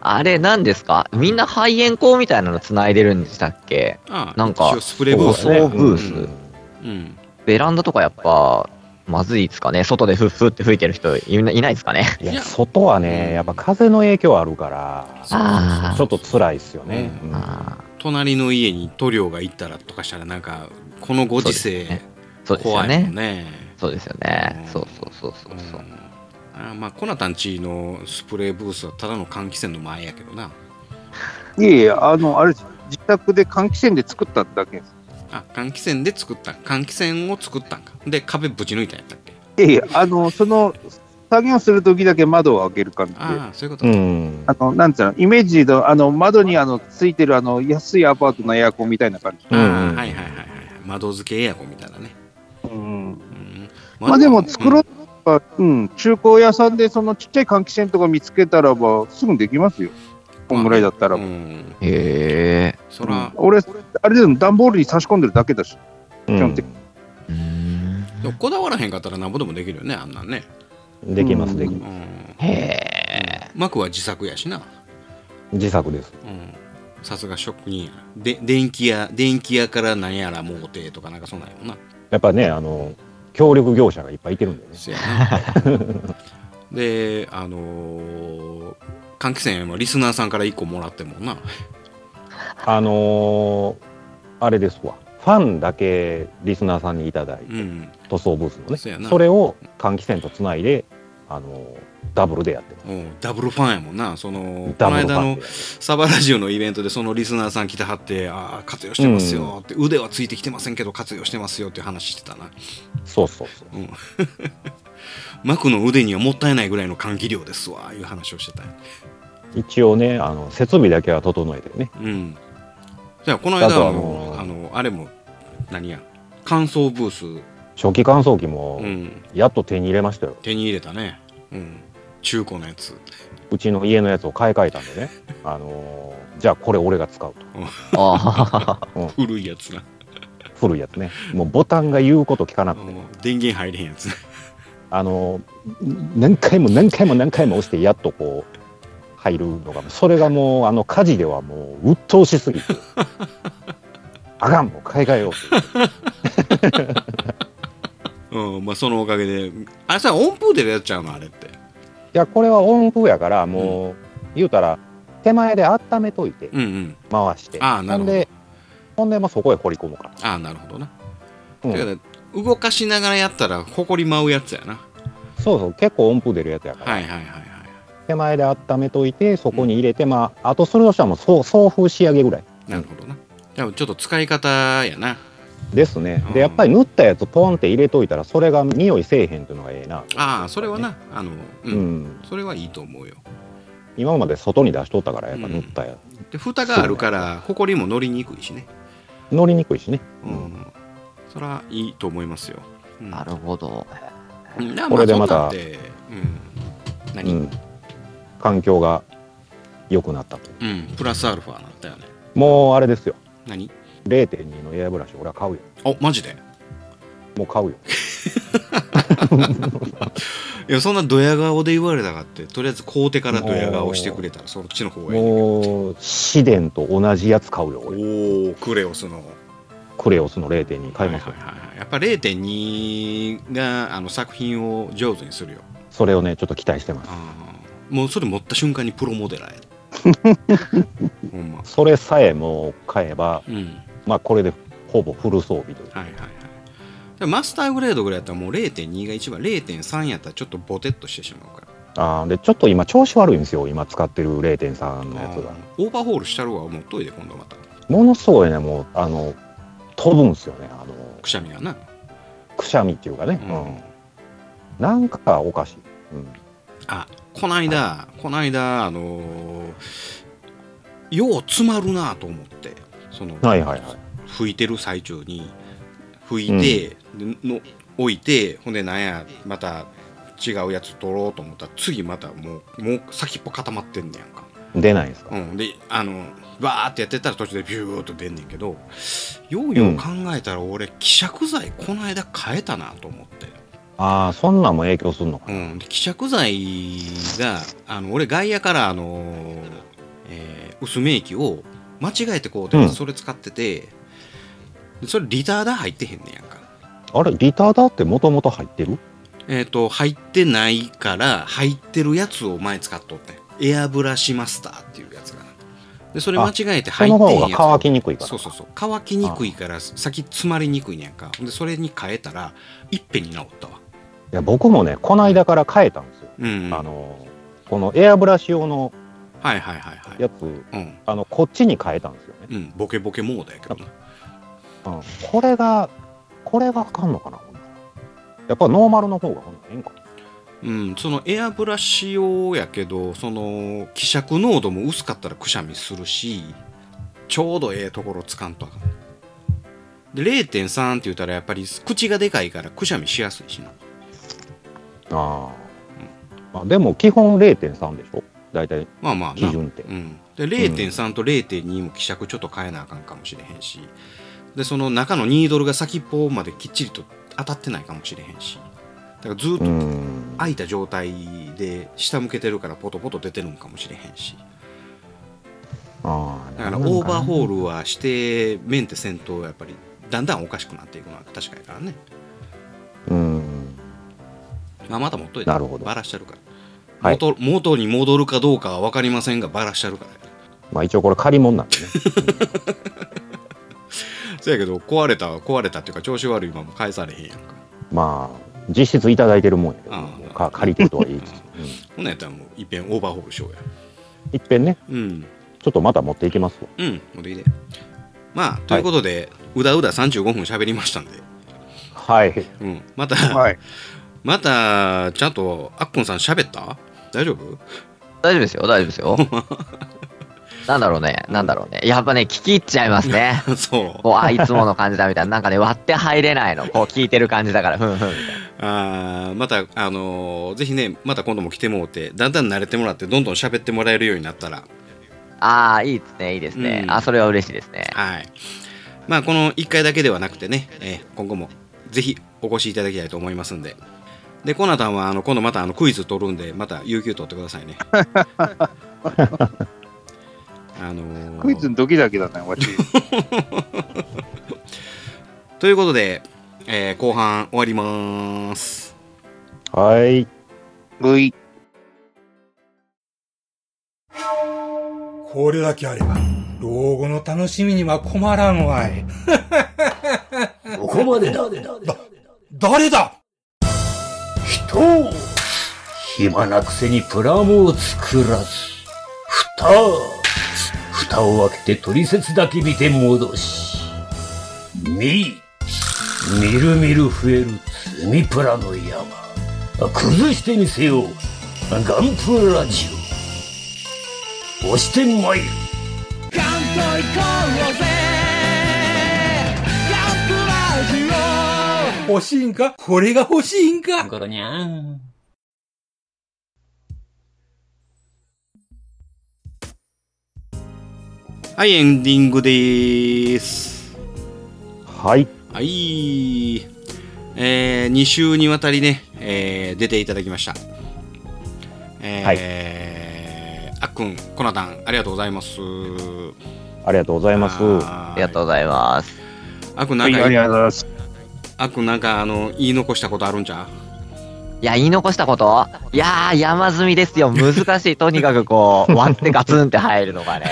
Speaker 4: あれ、何ですかみんな肺炎孔みたいなの繋いでるんでしたっけ
Speaker 1: ああ
Speaker 4: なんか
Speaker 1: 一応スプレーブースね
Speaker 4: そうブース
Speaker 1: うんうん
Speaker 4: ベランダとかやっぱ、まずいですかね外でフッフって吹いてる人いないないですかね
Speaker 2: い
Speaker 1: いや
Speaker 2: や、外はね、やっぱ風の影響あるから、
Speaker 4: あー
Speaker 2: ちょっと辛いっすよね。うん
Speaker 4: あ
Speaker 1: 隣の家に塗料が行ったらとかしたらなんかこのご時世、
Speaker 4: そうですねーそうですよ
Speaker 1: 怖いも
Speaker 4: ね
Speaker 1: ん。ね。
Speaker 4: そうですよ
Speaker 1: う
Speaker 4: ね
Speaker 1: ん。
Speaker 4: そうそうそうそうそう。
Speaker 1: あーまあコナタンチのスプレーブースはただの換気扇の前やけどない
Speaker 3: えいえ、あの、あれです、自宅で換気扇で作っただけです。
Speaker 1: あ換気扇で作った換気扇を作ったんかで壁ぶち抜いたんやったっけ
Speaker 3: いえいえ、あの、その、作業する時だけ窓を開ける感じで。
Speaker 1: ああそういうこと
Speaker 2: う
Speaker 1: か、
Speaker 2: ん。
Speaker 3: あの、なんつうの、イメージの、あの、窓にあの、ついてるあの、安いアパートのエアコンみたいな感じ。
Speaker 2: うん
Speaker 1: ああはいはいはいはい窓付けエアコンみたいなね、
Speaker 3: うん。
Speaker 1: うん
Speaker 3: まあでも、作ろうとか、うん、中古屋さんでそのちっちゃい換気扇とか見つけたらば、すぐできますよ。こんぐらいだったら。
Speaker 1: う
Speaker 3: うん
Speaker 1: ん、
Speaker 4: へえ。
Speaker 1: そら、
Speaker 3: 俺、あれでも段ボールに差し込んでるだけだし。
Speaker 2: うん
Speaker 3: 基本的
Speaker 4: うーん。
Speaker 1: でもこだわらへんかったらなんぼでもできるよねあんなんね、
Speaker 2: できま
Speaker 3: う
Speaker 2: す、
Speaker 3: ん
Speaker 2: できま
Speaker 1: うん、
Speaker 4: へえ。
Speaker 1: 幕は自作やしな
Speaker 2: す。自作です。
Speaker 1: うんさすが職人やで電気屋電気屋から何やらもうてとかなんかそんなんやもんな
Speaker 2: やっぱね、あの、協力業者がいっぱいいてるんでね。
Speaker 1: そやなであのー、換気扇はリスナーさんから1個もらってんもんな
Speaker 2: あのーあれですわ。ファンだけリスナーさんにいただいて
Speaker 1: う、ん
Speaker 2: 塗装ブースのね。
Speaker 1: そやな
Speaker 2: それを換気扇とつないで、あのーダブルでやってます。
Speaker 1: うんダブルファンやもんなそのこ
Speaker 2: ダ
Speaker 1: の
Speaker 2: ブルフ
Speaker 1: 間
Speaker 2: ァン
Speaker 1: の
Speaker 2: でやってます。
Speaker 1: サバラジオのイベントでそのリスナーさん来てはってああ活用してますよって、腕はついてきてませんけど活用してますよっていう話してたな
Speaker 2: そうそうそう。
Speaker 1: うん 幕の腕にはもったいないぐらいの換気量ですわいう話をしてたよ
Speaker 2: 一応ね、あの設備だけは整えてね。
Speaker 1: うん。じゃあ、この間
Speaker 2: あと
Speaker 1: の、あ
Speaker 2: あ
Speaker 1: の
Speaker 2: の
Speaker 1: あれも、何や、乾燥ブース、
Speaker 2: 初期乾燥機も
Speaker 1: うん、
Speaker 2: やっと手に入れましたよ。
Speaker 1: 手に入れたね。うん。中古のやつ。
Speaker 2: うちの家のやつを買い替えたんでね。あのーじゃあこれ俺が使う と。
Speaker 4: ああ。
Speaker 1: 古いやつな。
Speaker 2: 古いやつね。もうボタンが言うこと聞かなくて、
Speaker 1: うん電源入れへんやつ。
Speaker 2: あのー何回も何回も何回も押してやっとこう。入るのがそれがもうあの火事ではもう鬱陶しすぎ てあかんもう買い替えようって言って
Speaker 1: うん。まあ、そのおかげで、あれさ、温風でやっちゃうの、あれって。
Speaker 2: いやこれは温風やからもう、言うたら手前で温めといて
Speaker 1: うんうん。
Speaker 2: 回して、
Speaker 1: ああ、なるほ
Speaker 2: ん
Speaker 1: ど。
Speaker 2: でほんでまあそこへ掘り込むから
Speaker 1: ああ、なるほどな。
Speaker 2: うん
Speaker 1: だから、動かしながらやったら、ほこり舞うやつやな。
Speaker 2: そうそう結構音符出るやつやから、
Speaker 1: はいはいはいはい。
Speaker 2: 手前で温めといてそこに入れて、まああとそれとしてはもう送送風仕上げぐらい
Speaker 1: なるほどな。じゃあ、ちょっと使い方やな。
Speaker 2: ですね
Speaker 1: うん
Speaker 2: でやっぱり塗ったやつポンって入れといたらそれが匂いせえへんっていうのがええな、
Speaker 1: ああそれはなあのう、
Speaker 2: うんん
Speaker 1: それはいいと思うよ
Speaker 2: 今まで外に出しとったからやっぱ塗ったや
Speaker 1: で蓋があるからほこりも乗りにくいしね
Speaker 2: つ、乗りにくいしね、
Speaker 1: うん、それはいいと思いますよ、うん、
Speaker 8: なるほど。
Speaker 1: うんな
Speaker 2: これでまた
Speaker 1: あそんなんでうん
Speaker 2: う
Speaker 1: 何、うん
Speaker 2: ん、環境が良くなったと
Speaker 1: プラスアルファなったよね
Speaker 2: もうあれですよ
Speaker 1: 何
Speaker 2: 0.2のエアブラシ俺は買うよ
Speaker 1: あマジで
Speaker 2: もう買うよ
Speaker 1: いやそんなドヤ顔で言われたかってとりあえず買うてからドヤ顔してくれたらそっちの方がいいね
Speaker 2: もう紫電と同じやつ買うよ俺
Speaker 1: おおクレオスの
Speaker 2: クレオスの0.2買いますよ、
Speaker 1: はいはいはいはいやっぱ0.2があの作品を上手にするよ
Speaker 2: それをねちょっと期待してます
Speaker 1: あーもうそれ持った瞬間にプロモデラーや ほんま
Speaker 2: それさえもう買えば
Speaker 1: うんはい
Speaker 2: まあこれでほぼフル装備という
Speaker 1: はいはいでもマスターグレードぐらいやったらもう0.2が一番0.3やったらちょっとボテっとしてしまうから
Speaker 2: あーでちょっと今調子悪いんですよ今使ってる0.3のやつが
Speaker 1: あーオーバーホールしたるわもうトイレ今度また
Speaker 2: ものすごいねもうあの飛ぶんですよねあの
Speaker 1: くしゃみがな、
Speaker 2: くしゃみっていうかね、うんなんかおかしい、うん、
Speaker 1: あこないだこないだあのーよう詰まるなと思ってその、
Speaker 2: はいはいはい
Speaker 1: 拭いてる最中に拭いて、での置いてほんでなんやまた違うやつ取ろうと思ったら次またもうもう先っぽ固まってんねやんか、
Speaker 2: 出ないんですか、
Speaker 1: うん、であのバーってやってたら途中でビューっと出んねんけどようよう考えたら俺希釈剤この間変えたなと思って。
Speaker 2: ああそんなんも影響するのか
Speaker 1: うん、で希釈剤があの俺外野からあのー、えー薄め液を間違えてこうて、
Speaker 2: うん
Speaker 1: それ使っててでそれリターダー入ってへんねやんか
Speaker 2: あれリターダーってもともと入ってる
Speaker 1: えっ、と入ってないから入ってるやつを前使っとってんエアブラシマスターっていうやつがなでそれ間違えて
Speaker 2: そ
Speaker 1: 入っ
Speaker 2: の
Speaker 1: てへ
Speaker 2: 方
Speaker 1: んやつ
Speaker 2: が乾きにくいから
Speaker 1: そうそうそう乾きにくいから先詰まりにくいねやんかでそれに変えたらいっぺんに治ったわ
Speaker 2: いや僕もねこの間から変えたんですよ、
Speaker 1: うん、うん、
Speaker 2: あ
Speaker 1: はい
Speaker 2: のこのエアブラシ用の
Speaker 1: はいはいはい
Speaker 2: やつ
Speaker 1: うん、
Speaker 2: あのこっちに変えたんですよね、
Speaker 1: うん、ボケボケモードやけどな
Speaker 2: うん、これがこれがあかんのかなほんならやっぱノーマルの方がほんならええんか
Speaker 1: うん、そのエアブラシ用やけどその希釈濃度も薄かったらくしゃみするしちょうどええところつかんとあかんで0.3って言ったらやっぱり口がでかいからくしゃみしやすいしな
Speaker 2: あー、まあでも基本0.3でしょ大体
Speaker 1: まあまあな
Speaker 2: 基準って
Speaker 1: うん、で0.3と0.2も希釈ちょっと変えなあかんかもしれへんしでその中のニードルが先っぽまできっちりと当たってないかもしれへんしだからずっ
Speaker 2: う
Speaker 1: と
Speaker 2: ーん
Speaker 1: 開いた状態で下向けてるからポトポト出てるんかもしれへんし
Speaker 2: あ
Speaker 1: だからオーバーホールはしてメンテ戦闘はやっぱりだんだんおかしくなっていくのは確かやからね、
Speaker 2: ルうん
Speaker 1: まあ、また持っといて
Speaker 2: なるほど
Speaker 1: バラしちゃるから、
Speaker 2: はい
Speaker 1: 元元に戻るかどうかは分かりませんがバラしちゃるから
Speaker 2: まあ一応これ借り 物なんでね
Speaker 1: そやけど壊れたは壊れたっていうか調子悪いまま返されへんやんか
Speaker 2: まあ実質いただいてるもんやけど、
Speaker 1: あー
Speaker 2: か借りてるとは言いつつ、
Speaker 1: ほんなんやったらもういっぺんオーバーホールしようや
Speaker 2: うん、いっぺんね
Speaker 1: うん
Speaker 2: ちょっとまた持っていきますわ
Speaker 1: うんほんでいいでまあということで、うだうだ35分喋りましたんで、
Speaker 2: はい
Speaker 1: うん、また、
Speaker 3: はい。
Speaker 1: またちゃんとあっこんさん喋った大丈夫
Speaker 8: 大丈夫ですよ、大丈夫ですよ。なんだろうね、なんだろうね。やっぱね、聞き入っちゃいます ね。
Speaker 1: そう
Speaker 8: こう、あ、いつもの感じだみたいな。なんかね、割って入れないの。こう、聞いてる感じだから、ふんふんみたいな。
Speaker 1: あーまた、あのーぜひねまた今度も来てもうてだんだん慣れてもらってどんどん喋ってもらえるようになったら
Speaker 8: ああ、いいですね、いいですね。
Speaker 1: うん
Speaker 8: あ、それは嬉しいですね。
Speaker 1: はいまあこの1回だけではなくてね、えー今後もぜひお越しいただきたいと思いますんででコナタンはあの今度またあのクイズ取るんでまた有給取ってください ねあのー
Speaker 3: クイズの時だけだね、わし。
Speaker 1: ということで、えー後半終わります
Speaker 2: はい
Speaker 3: ブイ。
Speaker 9: これだけあれば、老後の楽しみには困らんわい。
Speaker 10: ここまでだ。
Speaker 9: 誰だ
Speaker 10: 人を暇なくせにプラモを作らず、蓋を、蓋を開けて取説だけ見て戻し、見い
Speaker 11: みるみる増える積みプラの山崩してみせようガンプラジオ押してまいる
Speaker 12: ガンと行こうぜガンプラジ
Speaker 13: 欲しいんかこれが欲しいんか
Speaker 11: ゴロニャン
Speaker 1: はいエンディングでーす
Speaker 2: はい
Speaker 1: はいえー、2週にわたりね、えー出ていただきましたえーあっくんコナタンありがとうございます
Speaker 2: ありがとうございます。
Speaker 1: あ
Speaker 4: りがとうございます。
Speaker 1: あっくんなん
Speaker 3: はいありがとう
Speaker 1: か
Speaker 3: ございます。
Speaker 1: あっくんなんかあの言い残したことあるんちゃう
Speaker 4: いや、言い残したこといやー、山積みですよ。難 しい。とにかくこう、割ってガツンって入るのがね。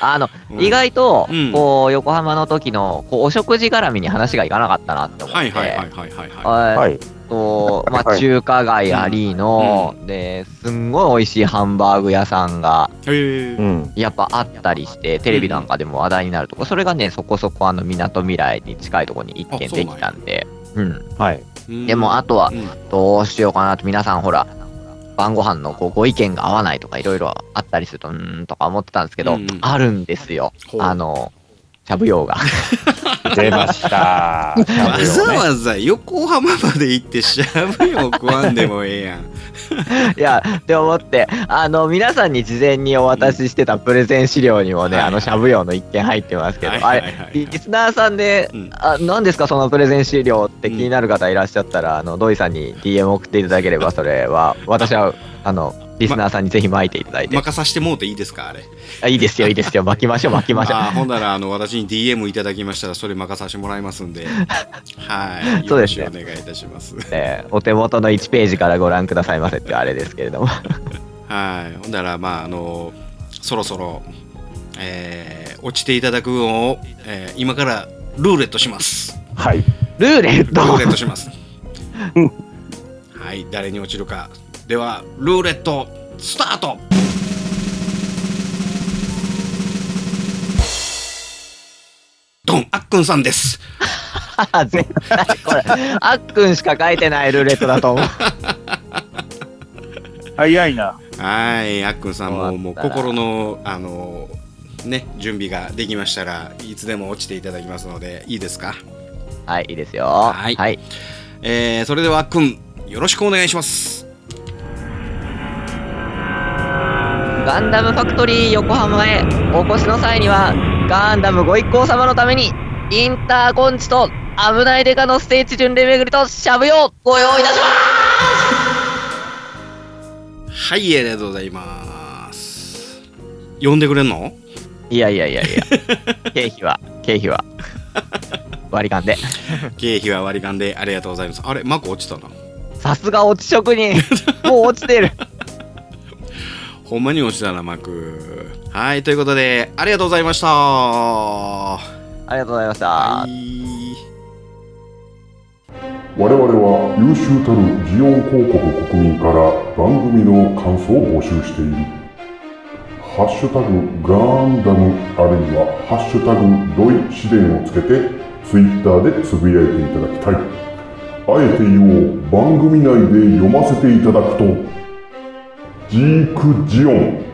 Speaker 4: あの、
Speaker 1: うん
Speaker 4: 意外と
Speaker 1: うん、
Speaker 4: こう、横浜の時の、こう、お食事絡みに話がいかなかったなって思って。
Speaker 1: はいはいはいはいはいは
Speaker 4: は。
Speaker 2: はいい。
Speaker 4: と、ま
Speaker 2: は
Speaker 4: あ、
Speaker 2: い
Speaker 4: 中華街ありの、で、すんごい美味しいハンバーグ屋さんが、
Speaker 1: いへ
Speaker 2: う
Speaker 1: え
Speaker 2: ん。
Speaker 4: やっぱあったりして、テレビなんかでも話題になるとこ、それがね、そこそこあの、港未来に近いところに一軒できたんで、うん。
Speaker 2: はい。
Speaker 4: でも、あとは
Speaker 1: う、ん
Speaker 4: どうしようかなと、皆さんほら、晩ご飯のこうご意見が合わないとか、いろいろあったりすると、うーんとか思ってたんですけど、
Speaker 1: うんうん
Speaker 4: あるんですよ
Speaker 1: ほ。う
Speaker 4: あの、しゃぶ用が。
Speaker 2: 出ました。
Speaker 1: わざわざ横浜まで行ってしゃぶよ食わんでもええやん。
Speaker 4: いや、って思って、あの、皆さんに事前にお渡ししてたプレゼン資料にもね、
Speaker 1: はいはい
Speaker 4: あの、しゃぶ用の一件入ってますけど、あれ、リ
Speaker 1: れ、
Speaker 4: スナーさんで、
Speaker 1: うん
Speaker 4: あ何ですかそのプレゼン資料って気になる方いらっしゃったら、あの土井さんに DM 送っていただければそれは私はあのリスナーさんにぜひ巻いていただいて、
Speaker 1: 任さしてもうていいですかあれ。
Speaker 4: あいいですよいいですよ巻きまし ょう巻きましょう
Speaker 1: あーほんならあの私に DM いただきましたらそれ任させてもらいます んで、はい、よ
Speaker 4: そう
Speaker 1: ろ
Speaker 4: で
Speaker 1: し
Speaker 4: す
Speaker 1: く
Speaker 4: ね
Speaker 1: お願いいたします。
Speaker 4: えーお手元の1ページからご覧くださいませっていうあれですけれども
Speaker 1: はい、ほんならまああのそろそろ、えー落ちていただくのを、えー今からルーレットします。
Speaker 2: はい。
Speaker 4: ルーレッ
Speaker 1: ルーレッ
Speaker 4: ト
Speaker 1: トします。はい、誰に落ちるか。ではルーレットスタート。ドンあっくんさんです。
Speaker 4: 絶対これあっくんしか書いてないルーレットだと思う
Speaker 3: 早いな。
Speaker 1: はい、あっくんさんももう
Speaker 4: 終わったら
Speaker 1: 心のあのね準備ができましたらいつでも落ちていただきますのでいいですか。
Speaker 4: はいいいですよ
Speaker 1: は
Speaker 4: はいい、
Speaker 1: えー、それではあっくんよろしくお願いします。
Speaker 4: ガンダムファクトリー横浜へお越しの際にはガンダムご一行様のためにインターコンチと危ないデカのステージ巡礼巡りとしゃぶ用をご用意いたします
Speaker 1: はい、ありがとうございます。呼んでくれん の？
Speaker 4: いやいやいやいや 経費は経費は割り勘で
Speaker 1: 経費は割り勘でありがとうございます。あれマコ落ちたな。
Speaker 4: さすが落ち職人もう落ちてる
Speaker 1: ほんまに落ちたなマク。はい、ということでありがとうございました。は
Speaker 4: ありがとうございました、
Speaker 1: い。
Speaker 5: 我々は優秀たるジオン広告国民から番組の感想を募集しているハッシュタグガンダムあるいはハッシュタグドイ試練をつけてツイッターでつぶやいていただきたいあえて言おう番組内で読ませていただくとジークジオン